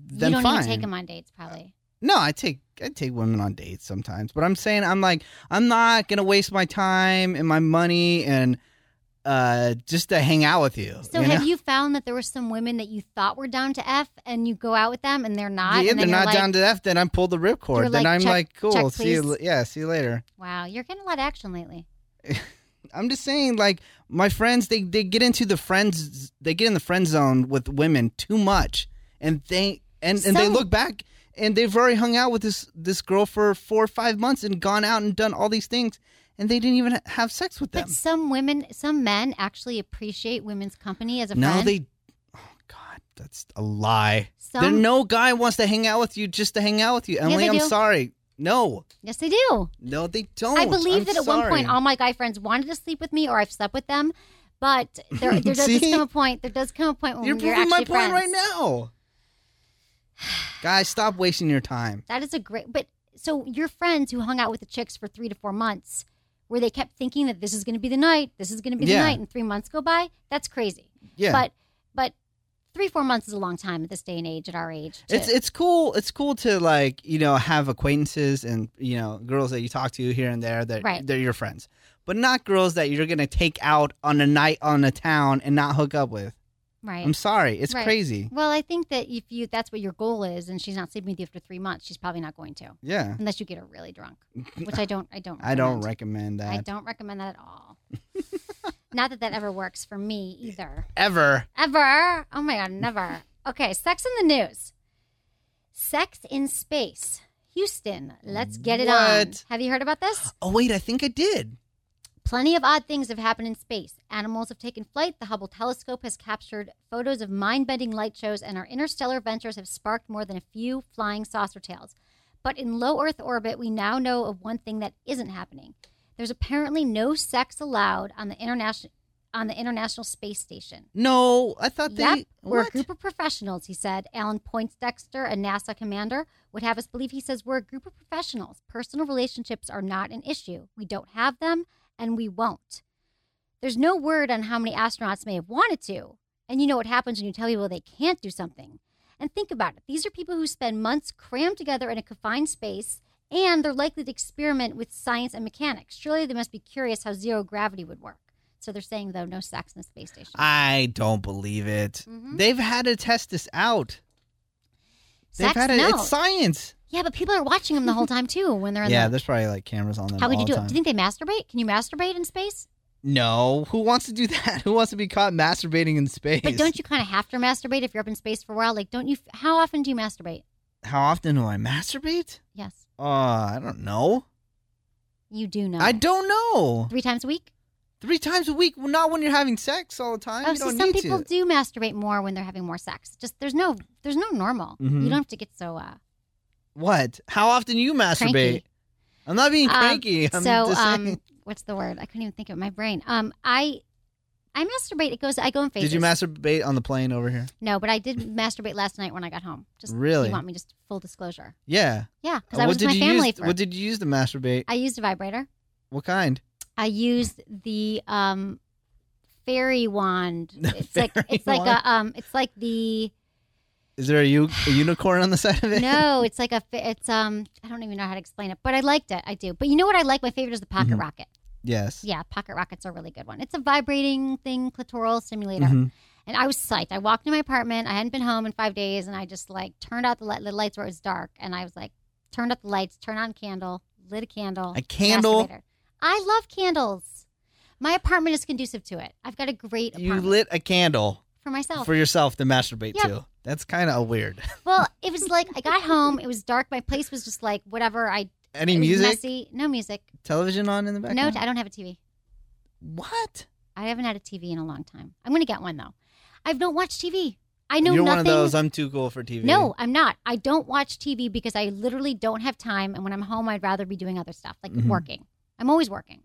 S6: then
S5: you don't
S6: fine.
S5: even take them on dates, probably.
S6: No, I take I take women on dates sometimes, but I'm saying I'm like I'm not gonna waste my time and my money and uh, just to hang out with you.
S5: So
S6: you
S5: have
S6: know?
S5: you found that there were some women that you thought were down to F and you go out with them and they're not?
S6: Yeah,
S5: and
S6: they're
S5: then you're
S6: not
S5: like,
S6: down to F. Then I'm pulled the
S5: you're
S6: ripcord. Then
S5: like,
S6: I'm
S5: check-
S6: like, cool.
S5: check,
S6: see you.
S5: please.
S6: la- Yeah, see you later.
S5: Wow, you're getting a lot of action lately.
S6: I'm just saying, like my friends, they they get into the friends, they get in the friend zone with women too much, and they and and they
S5: Some-
S6: look back and they've already hung out with this this girl for four or five months and gone out and done all these things, and they didn't even have sex with them.
S5: But some women, some men actually appreciate women's company as a
S6: No,
S5: friend.
S6: they. Oh God, that's a lie.
S5: Some-
S6: There, no guy wants to hang out with you just to hang out with you.
S5: Yeah,
S6: Emily,
S5: they
S6: I'm
S5: do.
S6: sorry. No,
S5: Yes, they do.
S6: no, they don't.
S5: I believe
S6: I'm
S5: that at one
S6: sorry.
S5: point all my guy friends wanted to sleep with me or I've slept with them. But there, there does
S6: See?
S5: come a point. There does come a point when
S6: You're
S5: you're
S6: proving my
S5: actually
S6: point
S5: friends.
S6: right now. Guys, stop wasting your time.
S5: That is a great. But so your friends who hung out with the chicks for three to four months, where they kept thinking that this is going to be the night, this is going to be
S6: Yeah.
S5: the night, and three months go by, that's crazy.
S6: Yeah.
S5: But but three four months is a long time at this day and age, at our age. to-
S6: It's it's cool. It's cool to like you know have acquaintances and you know girls that you talk to here and there that
S5: Right.
S6: they're your friends, but not girls that you're gonna take out on a night on a town and not hook up with.
S5: right.
S6: I'm sorry, it's
S5: Right.
S6: crazy.
S5: Well, I think that if you that's what your goal is, and she's not sleeping with you after three months, she's probably not going to.
S6: Yeah.
S5: Unless you get her really drunk, which I don't. I don't.
S6: I don't recommend that
S5: I don't recommend that at all. not that that ever works for me either.
S6: ever.
S5: Ever. Oh my God, never. Okay, sex in the news. Sex in space. Houston, let's get it on.
S6: What?
S5: Have you heard about this?
S6: Oh wait, I think I did.
S5: Plenty of odd things have happened in space. Animals have taken flight, the Hubble telescope has captured photos of mind bending light shows, and our interstellar ventures have sparked more than a few flying saucer tales. But in low Earth orbit, we now know of one thing that isn't happening. There's apparently no sex allowed on the international on the International Space Station.
S6: No, I thought they.
S5: Yep, we're a
S6: what?
S5: group of professionals, he said. Alan Poindexter, a NASA commander, would have us believe he says we're a group of professionals. Personal relationships are not an issue. We don't have them, and we won't. There's no word on how many astronauts may have wanted to. And you know what happens when you tell people they can't do something. And think about it these are people who spend months crammed together in a confined space, and they're likely to experiment with science and mechanics. Surely they must be curious how zero gravity would work. So they're saying, though, no sex in the space station.
S6: I don't believe it.
S5: Mhm.
S6: They've had to test this out. They've
S5: Sex?
S6: had to,
S5: no.
S6: It's science.
S5: Yeah, but people are watching them the whole time too when they're in
S6: Yeah,
S5: the.
S6: there's probably like cameras on them.
S5: How would you
S6: all
S5: do
S6: the
S5: it?
S6: time.
S5: Do you think they masturbate? Can you masturbate in space?
S6: No, who wants to do that? Who wants to be caught masturbating in space?
S5: But don't you kind of have to masturbate if you're up in space for a while? Like, don't you? How often do you masturbate?
S6: How often do I masturbate?
S5: Yes,
S6: Uh, I don't know.
S5: you do know.
S6: I don't know.
S5: Three times a week.
S6: Three times a week, not when you're having sex all the time.
S5: oh,
S6: you
S5: so
S6: don't
S5: some
S6: need
S5: people
S6: to.
S5: do masturbate more when they're having more sex. Just there's no there's no normal.
S6: Mhm.
S5: You don't have to get so. uh
S6: What? How often you masturbate?
S5: Cranky.
S6: I'm not being
S5: um,
S6: cranky. I'm
S5: so
S6: just saying.
S5: um, what's the word? I couldn't even think of it. my brain. Um, I I masturbate. It goes. I go in phases.
S6: Did you masturbate on the plane over here?
S5: No, but I did masturbate last night when I got home. Just
S6: Really?
S5: You want me just full disclosure?
S6: Yeah.
S5: Yeah, because
S6: Uh,
S5: I
S6: what
S5: was
S6: did
S5: with my
S6: you
S5: family
S6: use,
S5: for.
S6: What did you use to masturbate?
S5: I used a vibrator.
S6: What kind?
S5: I used the um, fairy wand. It's like
S6: fairy
S5: it's
S6: wand?
S5: like a um, it's like the
S6: Is there a, u- a unicorn on the side of it?
S5: no, it's like a fa- it's um, I don't even know how to explain it, but I liked it. I do. But you know what I like? My favorite is the
S6: Mm-hmm.
S5: pocket rocket.
S6: Yes.
S5: Yeah, pocket rockets are a really good one. It's a vibrating thing, clitoral stimulator.
S6: Mhm.
S5: And I was psyched. I walked in my apartment. I hadn't been home in five days, and I just like turned out the, light, the lights where it was dark, and I was like, turned out the lights, turned on candle, lit a candle,
S6: A candle?
S5: masturbator. I love candles. My apartment is conducive to it. I've got a great
S6: You
S5: apartment
S6: lit a candle
S5: for myself.
S6: for yourself to masturbate
S5: Yeah.
S6: to. That's kind of weird.
S5: well, it was like I got home. It was dark. My place was just like whatever. I
S6: Any
S5: it was
S6: music?
S5: messy. No music.
S6: Television on in the
S5: no,
S6: background?
S5: I don't have a TV.
S6: What?
S5: I haven't had a TV in a long time. I'm gonna get one though. I don't watch TV. I know
S6: You're
S5: nothing.
S6: one of those. I'm too cool for TV.
S5: No, I'm not. I don't watch TV because I literally don't have time. And when I'm home, I'd rather be doing other stuff like
S6: Mhm.
S5: working. I'm always working.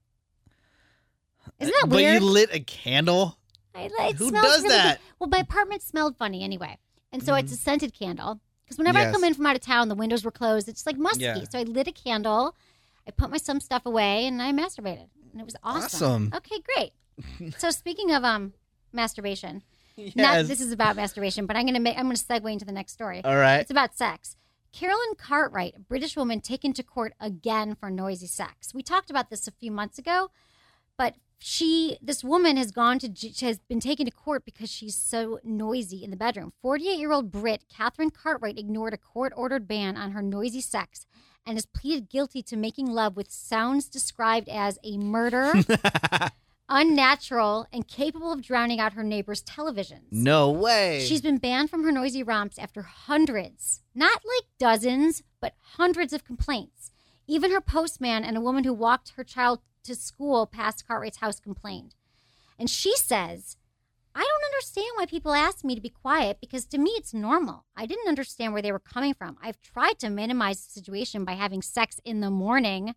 S5: Isn't that
S6: but
S5: weird?
S6: you lit a candle.
S5: I, like- it
S6: Who
S5: smells
S6: does
S5: really good.
S6: that? Mm.
S5: Well, my apartment smelled funny anyway. And so it's a scented candle. Because whenever I
S6: Yes.
S5: come in from out of town, the windows were closed. It's like musky.
S6: Yeah.
S5: So I lit a candle. I put my some stuff away and I masturbated. And it was awesome.
S6: Awesome.
S5: Okay, great. so speaking of um masturbation,
S6: Yes.
S5: not this is about masturbation, but I'm gonna make I'm gonna segue into the next story.
S6: All right.
S5: It's about sex. Carolyn Cartwright, a British woman taken to court again for noisy sex. We talked about this a few months ago, but she this woman has gone to j- has been taken to court because she's so noisy in the bedroom 48 year old brit catherine cartwright ignored a court ordered ban on her noisy sex and has pleaded guilty to making love with sounds described as a murder unnatural and capable of drowning out her neighbor's televisions
S6: No way.
S5: she's been banned from her noisy romps after hundreds not like dozens but hundreds of complaints even her postman and a woman who walked her child to school past Cartwright's house complained. And she says, I don't understand why people ask me to be quiet because to me it's normal. I didn't understand where they were coming from. I've tried to minimize the situation by having sex in the morning,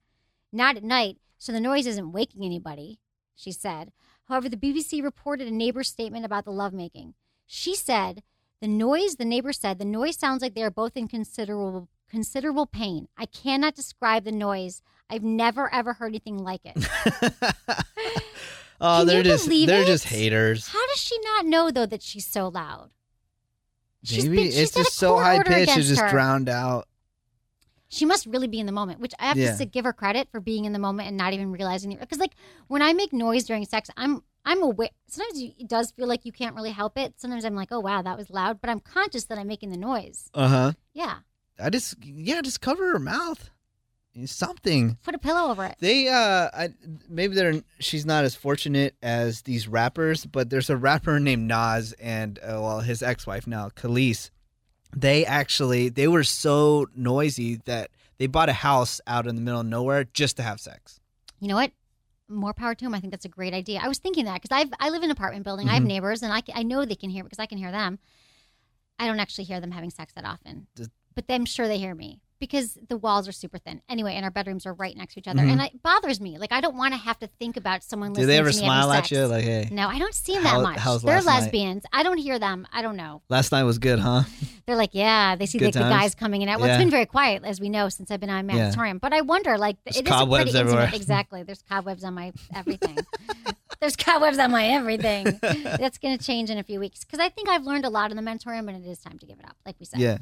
S5: not at night, so the noise isn't waking anybody, she said. However, the BBC reported a neighbor's statement about the lovemaking. She said, The noise, the neighbor said, the noise sounds like they are both in considerable considerable pain. I cannot describe the noise. I've never ever heard anything like it.
S6: Oh,
S5: Can
S6: they're
S5: you
S6: just
S5: believe
S6: they're
S5: it?
S6: just haters.
S5: How does she not know though that she's so loud? She's
S6: Maybe
S5: been- she's
S6: it's
S5: got
S6: just
S5: a
S6: so
S5: court
S6: high
S5: order
S6: pitched it's
S5: against
S6: just
S5: her.
S6: drowned out.
S5: She must really be in the moment, which I have
S6: Yeah.
S5: to say- give her credit for being in the moment and not even realizing it. Because like when I make noise during sex, I'm I'm aware. Sometimes you, it does feel like you can't really help it. Sometimes I'm like, oh wow, that was loud, but I'm conscious that I'm making the noise.
S6: Uh huh.
S5: Yeah,
S6: I just yeah, just cover her mouth. Something.
S5: put a pillow over it.
S6: They uh, I, maybe they're she's not as fortunate as these rappers, but there's a rapper named Nas and uh, well his ex-wife now Khalees. They actually they were so noisy that they bought a house out in the middle of nowhere just to have sex.
S5: you know what? More power to them. I think that's a great idea. I was thinking that because I I live in an apartment building. I have
S6: Mhm.
S5: neighbors, and I, c- I know they can hear because I can hear them. I don't actually hear them having sex that often,
S6: Does-
S5: but I'm sure they hear me because the walls are super thin. Anyway, and our bedrooms are right next to each other,
S6: Mhm.
S5: and it bothers me. Like I don't want to have to think about someone.
S6: Do
S5: listening
S6: they ever
S5: to me having
S6: smile at
S5: sex.
S6: you like, hey,
S5: No, I don't see them
S6: How-
S5: that much.
S6: how's
S5: They're
S6: last night?
S5: lesbians. I don't hear them. I don't know.
S6: last night was good, huh?
S5: They're like, yeah, they see
S6: Good
S5: like, the
S6: times?
S5: guys coming in. Well,
S6: Yeah.
S5: it's been very quiet, as we know, since I've been on
S6: Yeah.
S5: Mandatorium. But I wonder, like,
S6: There's
S5: it is a
S6: cobwebs
S5: pretty
S6: everywhere.
S5: Intimate. Exactly. There's cobwebs on my everything. There's cobwebs on my everything. That's going to change in a few weeks because I think I've learned a lot in the Mentorium and it is time to give it up, like we said.
S6: Yeah.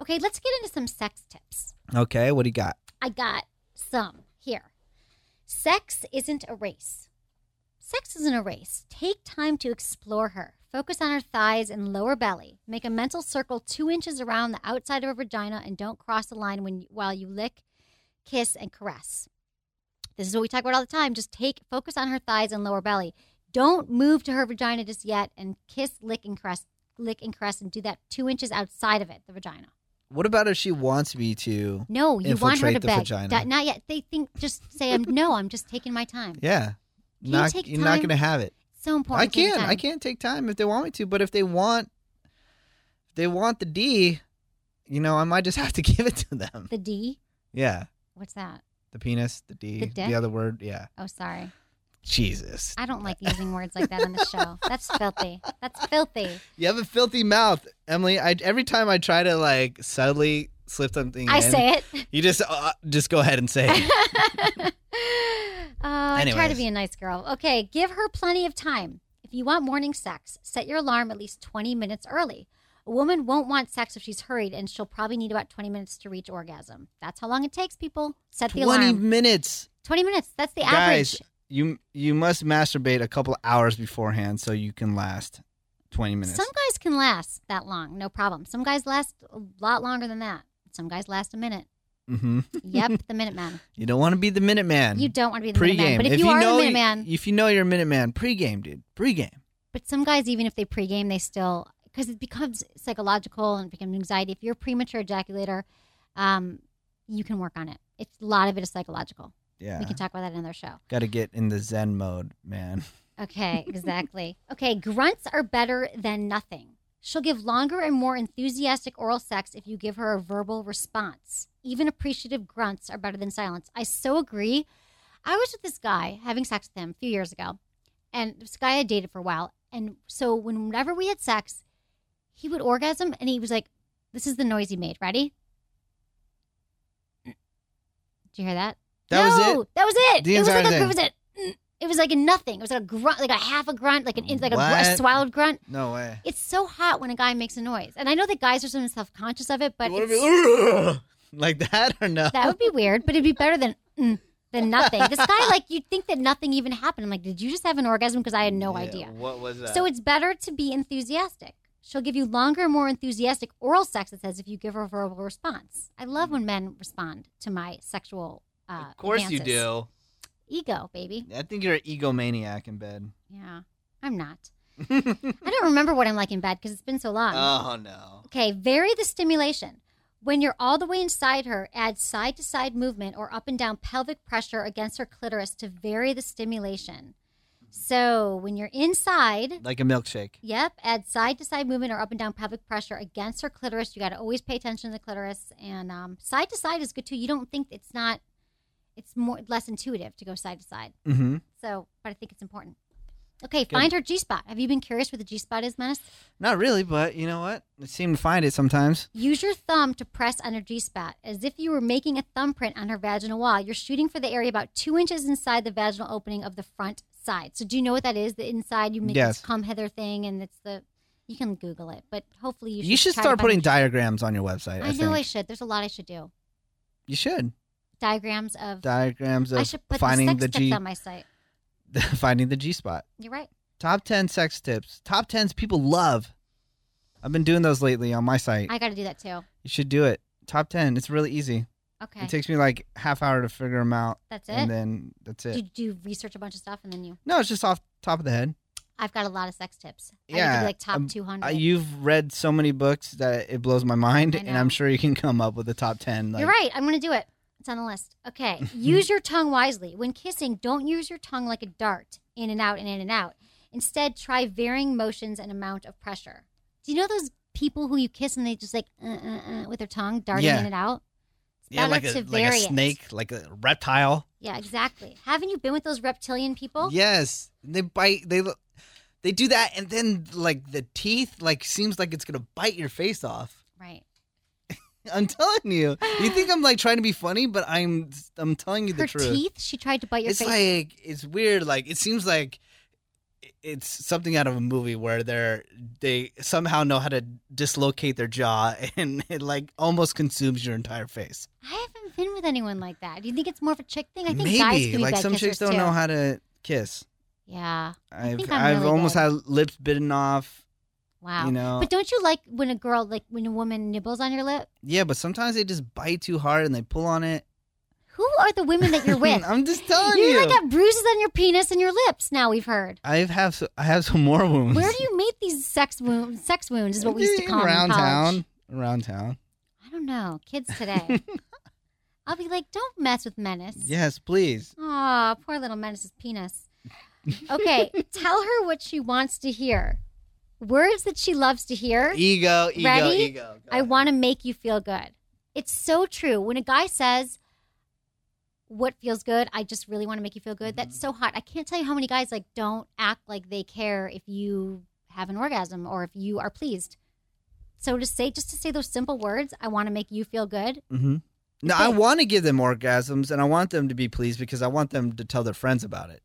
S5: Okay, let's get into some sex tips.
S6: Okay, what do you got?
S5: I got some here. Sex isn't a race. Sex isn't a race. Take time to explore her. Focus on her thighs and lower belly. Make a mental circle two inches around the outside of her vagina and don't cross the line when while you lick, kiss, and caress. This is what we talk about all the time. Just take focus on her thighs and lower belly. Don't move to her vagina just yet and kiss, lick, and caress, lick and caress, and do that two inches outside of it, the vagina.
S6: What about if she wants me to?
S5: No, you want her
S6: infiltrate
S5: to
S6: the
S5: beg.
S6: vagina.
S5: Di- Not yet. They think just say, "I'm no, I'm just taking my time."
S6: Yeah,
S5: you
S6: not
S5: take
S6: you're not
S5: time?
S6: gonna have it.
S5: So
S6: I
S5: important. to take
S6: can.
S5: time.
S6: I can take time if they want me to, but if they want, if they want the D, you know, I might just have to give it to them.
S5: The D.
S6: Yeah,
S5: What's that?
S6: the penis, the D,
S5: The dick?
S6: other word. Yeah,
S5: Oh, sorry.
S6: Jesus,
S5: I don't like using words like that on the show. That's filthy. That's filthy.
S6: you have a filthy mouth, Emily. I every time I try to like subtly slip something,
S5: I
S6: in,
S5: say it.
S6: You just uh, just go ahead and say it.
S5: Oh, I try to
S6: Anyways.
S5: be a nice girl. Okay, give her plenty of time. If you want morning sex, set your alarm at least 20 minutes early. A woman won't want sex if she's hurried, and she'll probably need about 20 minutes to reach orgasm. That's how long it takes, people. Set the
S6: Twenty
S5: alarm.
S6: minutes,
S5: 20 minutes. That's the
S6: guys.
S5: average.
S6: You you must masturbate a couple hours beforehand so you can last twenty minutes.
S5: Some guys can last that long, no problem. Some guys last a lot longer than that. Some guys last a minute.
S6: mm-hmm.
S5: Yep, the minute man.
S6: You don't want to be the Minuteman.
S5: You don't want to be the
S6: pre-game.
S5: minute man. But if,
S6: if
S5: you, are
S6: know,
S5: the minute man,
S6: if you know you're a Minuteman, pregame, dude, pregame.
S5: but some guys, even if they pregame, they still because it becomes psychological and it becomes anxiety. If you're a premature ejaculator, um, you can work on it. It's a lot of it is psychological.
S6: Yeah,
S5: We can talk about that in another show.
S6: got to get in the Zen mode, man.
S5: Okay, exactly. okay, grunts are better than nothing. She'll give longer and more enthusiastic oral sex if you give her a verbal response. Even appreciative grunts are better than silence. I so agree. I was with this guy having sex with him a few years ago, and this guy I dated for a while. And so whenever we had sex, he would orgasm and he was like, This is the noise he made. Ready? Did you hear that?
S6: That was
S5: no,
S6: it?
S5: That was it.
S6: The
S5: it was
S6: entire
S5: like a,
S6: thing.
S5: it was a it was like a nothing. It was like a grunt, like a half a grunt, like an like a, gr- a
S6: What?
S5: swallowed grunt.
S6: No way.
S5: It's so hot when a guy makes a noise, and I know that guys are sometimes self conscious of it, but
S6: You wanna
S5: it's-
S6: be like that or no?
S5: that would be weird. But it'd be better than mm, than nothing. this guy, like, you'd think that nothing even happened. I'm like, did you just have an orgasm? Because I had no idea.
S6: What was that?
S5: So it's better to be enthusiastic. She'll give you longer, more enthusiastic oral sex, it says, if you give her a verbal response. I love when men respond to my sexual. Uh,
S6: of course you
S5: advances.
S6: do.
S5: Ego, baby.
S6: I think you're an egomaniac in bed.
S5: Yeah, I'm not. I don't remember what I'm like in bed because it's been so long.
S6: Oh no.
S5: Okay, vary the stimulation. When you're all the way inside her, add side to side movement or up and down pelvic pressure against her clitoris to vary the stimulation. So when you're inside,
S6: Like a milkshake.
S5: yep, add side to side movement or up and down pelvic pressure against her clitoris. You got to always pay attention to the clitoris, and um, side to side is good too. You don't think it's not, it's more less intuitive to go side to side.
S6: Mm-hmm.
S5: So, but I think it's important. Okay, find her G spot. Have you been curious where the G spot is, Menace?
S6: Not really, but you know what? I seem to find it sometimes.
S5: Use your thumb to press on her G spot as if you were making a thumbprint on her vaginal wall. You're shooting for the area about two inches inside the vaginal opening of the front side. So, do you know what that is? The inside you make
S6: Yes.
S5: this come hither thing, and it's the you can Google it, but hopefully you
S6: You should,
S5: should. try to
S6: start
S5: find
S6: putting
S5: the-
S6: diagrams on your website. I,
S5: I, know I
S6: think.
S5: should. There's a lot I should do.
S6: you should
S5: Diagrams of.
S6: diagrams of
S5: I should put
S6: finding
S5: the sex
S6: the
S5: tips
S6: G
S5: on my site.
S6: finding the G spot.
S5: You're right.
S6: Top ten sex tips. Top tens people love. I've been doing those lately on my site.
S5: I got to do that too.
S6: you should do it. Top ten. It's really easy.
S5: Okay.
S6: It takes me like half hour to figure them out.
S5: That's it?
S6: And then that's it.
S5: Do, do you research a bunch of stuff and then you?
S6: no, it's just off top of the head.
S5: I've got a lot of sex tips. I need to
S6: Yeah,
S5: be like top
S6: um,
S5: two hundred.
S6: Uh, you've read so many books that it blows my mind,
S5: I
S6: and I'm sure you can come up with the top ten. Like,
S5: You're right. I'm going to do it. It's on the list. Okay. Use your tongue wisely. When kissing, don't use your tongue like a dart, in and out and in and out. Instead, try varying motions and amount of pressure. Do you know those people who you kiss and they just like uh, uh, uh, with their tongue darting
S6: Yeah.
S5: in and out? It's
S6: Yeah,
S5: better
S6: like
S5: to
S6: a, like a
S5: vary it.
S6: snake, like a reptile.
S5: Yeah, exactly. Haven't you been with those reptilian people?
S6: Yes, they bite. They lo- they do that, and then like the teeth, like seems like it's gonna bite your face off.
S5: Right.
S6: I'm telling you. You think I'm like trying to be funny, but I'm I'm telling you the
S5: Her
S6: truth.
S5: teeth. She tried to bite your
S6: it's
S5: face.
S6: like it's weird. Like it seems like i- it's something out of a movie where they're they somehow know how to dislocate their jaw, and it like almost consumes your entire face.
S5: I haven't been with anyone like that. Do you think it's more of a chick thing? I think guys
S6: Maybe
S5: can be
S6: like
S5: bad
S6: some chicks
S5: kissers,
S6: don't
S5: too.
S6: know how to kiss.
S5: Yeah. I
S6: I've
S5: think I'm
S6: I've
S5: really
S6: almost
S5: bad.
S6: had lips bitten off.
S5: Wow.
S6: you know-
S5: But don't you like when a girl, like when a woman nibbles on your lip?
S6: Yeah, but sometimes they just bite too hard and they pull on it.
S5: Who are the women that you're with?
S6: I'm just telling
S5: you
S6: you.
S5: like got bruises on your penis and your lips. Now we've heard.
S6: I have so, I have some more wounds.
S5: Where do you meet these sex wounds? Sex wounds is what we used to call them in
S6: around
S5: college.
S6: town? Around town.
S5: I don't know, kids today. I'll be like, don't mess with Menace.
S6: Yes, please.
S5: Aw, poor little Menace's penis. Okay, tell her what she wants to hear. Words that she loves to hear.
S6: Ego, ego,
S5: Ready?
S6: ego.
S5: I want to make you feel good. It's so true. When a guy says, What feels good? I just really want to make you feel good. That's
S6: Mm-hmm.
S5: so hot. I can't tell you how many guys like don't act like they care if you have an orgasm or if you are pleased. So to say, just to say those simple words, I want to make you feel good.
S6: Mm-hmm. No, I want to give them orgasms and I want them to be pleased because I want them to tell their friends about it.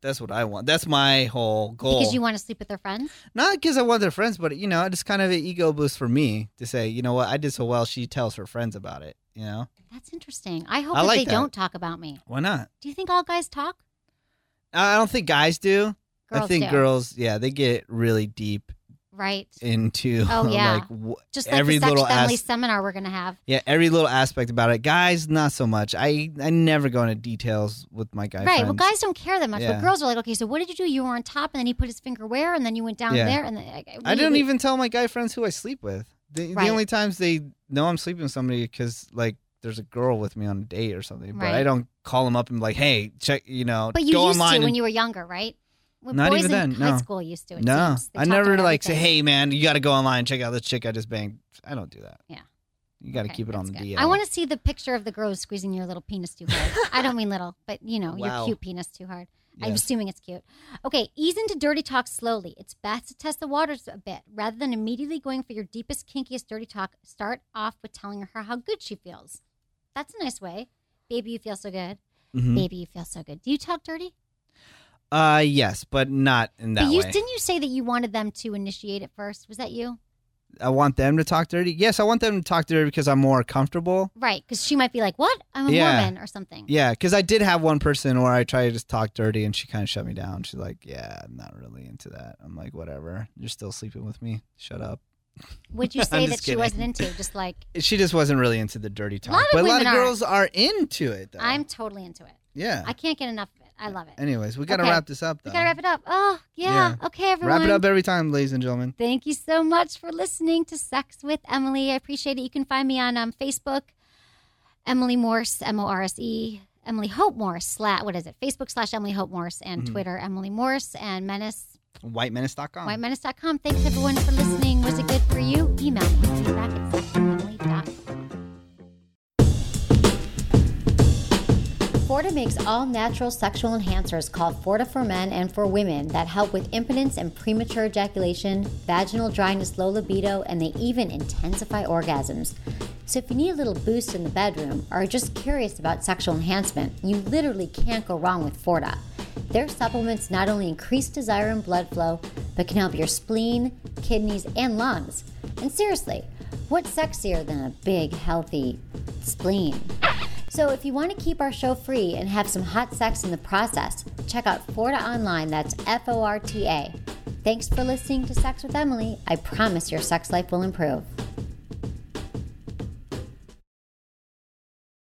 S6: That's what I want. That's my whole goal.
S5: Because you want to sleep with their friends.
S6: Not because I want their friends, but you know, it's kind of an ego boost for me to say, you know what, I did so well. She tells her friends about it. You know,
S5: That's interesting. I hope
S6: I
S5: that
S6: like
S5: they
S6: that.
S5: don't talk about me.
S6: why not?
S5: Do you think all guys talk?
S6: I I don't think guys do. I
S5: Girls
S6: think
S5: do.
S6: girls, yeah, they get really deep
S5: Right.
S6: into
S5: Oh, yeah.
S6: like w-
S5: Just like
S6: every
S5: the sex
S6: little
S5: family
S6: as-
S5: seminar we're going to have.
S6: yeah, every little aspect about it. Guys, not so much. I I never go into details with my guy
S5: right.
S6: friends.
S5: Well, guys don't care that much, but
S6: Yeah.
S5: girls are like, okay, so what did you do? You were on top, and then he put his finger where, and then you went down
S6: Yeah.
S5: there, and then, like,
S6: I
S5: we-
S6: don't
S5: we-
S6: even tell my guy friends who I sleep with. The,
S5: Right.
S6: the only times they know I'm sleeping with somebody because like there's a girl with me on a date or something.
S5: Right.
S6: But I don't call them up and be like, hey, check, you know,
S5: But you
S6: go
S5: used to
S6: online.
S5: when
S6: and-
S5: you were younger, right? When
S6: Not
S5: boys
S6: even
S5: in
S6: then,
S5: High
S6: no.
S5: school used to. It
S6: no,
S5: seems. They
S6: I
S5: talked
S6: never
S5: about
S6: like say,
S5: everything.
S6: hey man, you got to go online check out this chick I just banged. I don't do that.
S5: Yeah.
S6: you got to
S5: Okay,
S6: keep it on
S5: that's
S6: the
S5: good.
S6: DL.
S5: I want to see the picture of the girl squeezing your little penis too hard. I don't mean little, but you know, your
S6: Wow.
S5: cute penis too hard. I'm
S6: Yes.
S5: assuming it's cute. Okay, ease into dirty talk slowly. It's best to test the waters a bit rather than immediately going for your deepest, kinkiest dirty talk. Start off with telling her how good she feels. That's a nice way. Baby, you feel so good.
S6: Mhm.
S5: Baby, you feel so good. Do you talk dirty?
S6: Uh, yes, but not in that
S5: but you
S6: way.
S5: didn't you say that you wanted them to initiate it first? Was that you?
S6: I want them to talk dirty. Yes, I want them to talk dirty because I'm more comfortable.
S8: Right, because she might be like, "What? I'm a
S6: Yeah.
S8: woman or something."
S6: Yeah, because I did have one person where I tried to just talk dirty and she kind of shut me down. She's like, "Yeah, I'm not really into that." I'm like, "Whatever, you're still sleeping with me. Shut up."
S8: Would you
S6: I'm
S8: say that
S6: just
S8: she
S6: kidding.
S8: wasn't into? Just like
S6: She just wasn't really into the dirty talk,
S8: lot of
S6: but a lot of
S8: women are.
S6: girls are into it. Though.
S8: I'm totally into it.
S6: Yeah.
S8: I can't get enough of it. I love it.
S6: Anyways, we gotta
S8: Okay.
S6: wrap this up. Though.
S8: We gotta wrap it up. Oh yeah.
S6: Yeah.
S8: Okay, everyone.
S6: Wrap it up every time, ladies and gentlemen.
S8: Thank you so much for listening to Sex with Emily. I appreciate it. You can find me on um, Facebook, Emily Morse, M O R S E, Emily Hope Morse. Slat, what is it? Facebook slash Emily Hope Morse and
S6: Mhm.
S8: Twitter Emily Morse and Menace
S6: WhiteMenace.com.
S8: WhiteMenace.com. Thanks everyone for listening. Was it good for you? Email me feedback at sexwithemily.com.
S5: Forta makes all natural sexual enhancers called Forta for men and for women that help with impotence and premature ejaculation, vaginal dryness, low libido, and they even intensify orgasms. So if you need a little boost in the bedroom or are just curious about sexual enhancement, you literally can't go wrong with Forta. Their supplements not only increase desire and blood flow, but can help your spleen, kidneys, and lungs. And seriously, what's sexier than a big, healthy spleen? So if you want to keep our show free and have some hot sex in the process, check out Forta Online. That's F O R T A. Thanks for listening to Sex with Emily. I promise your sex life will improve.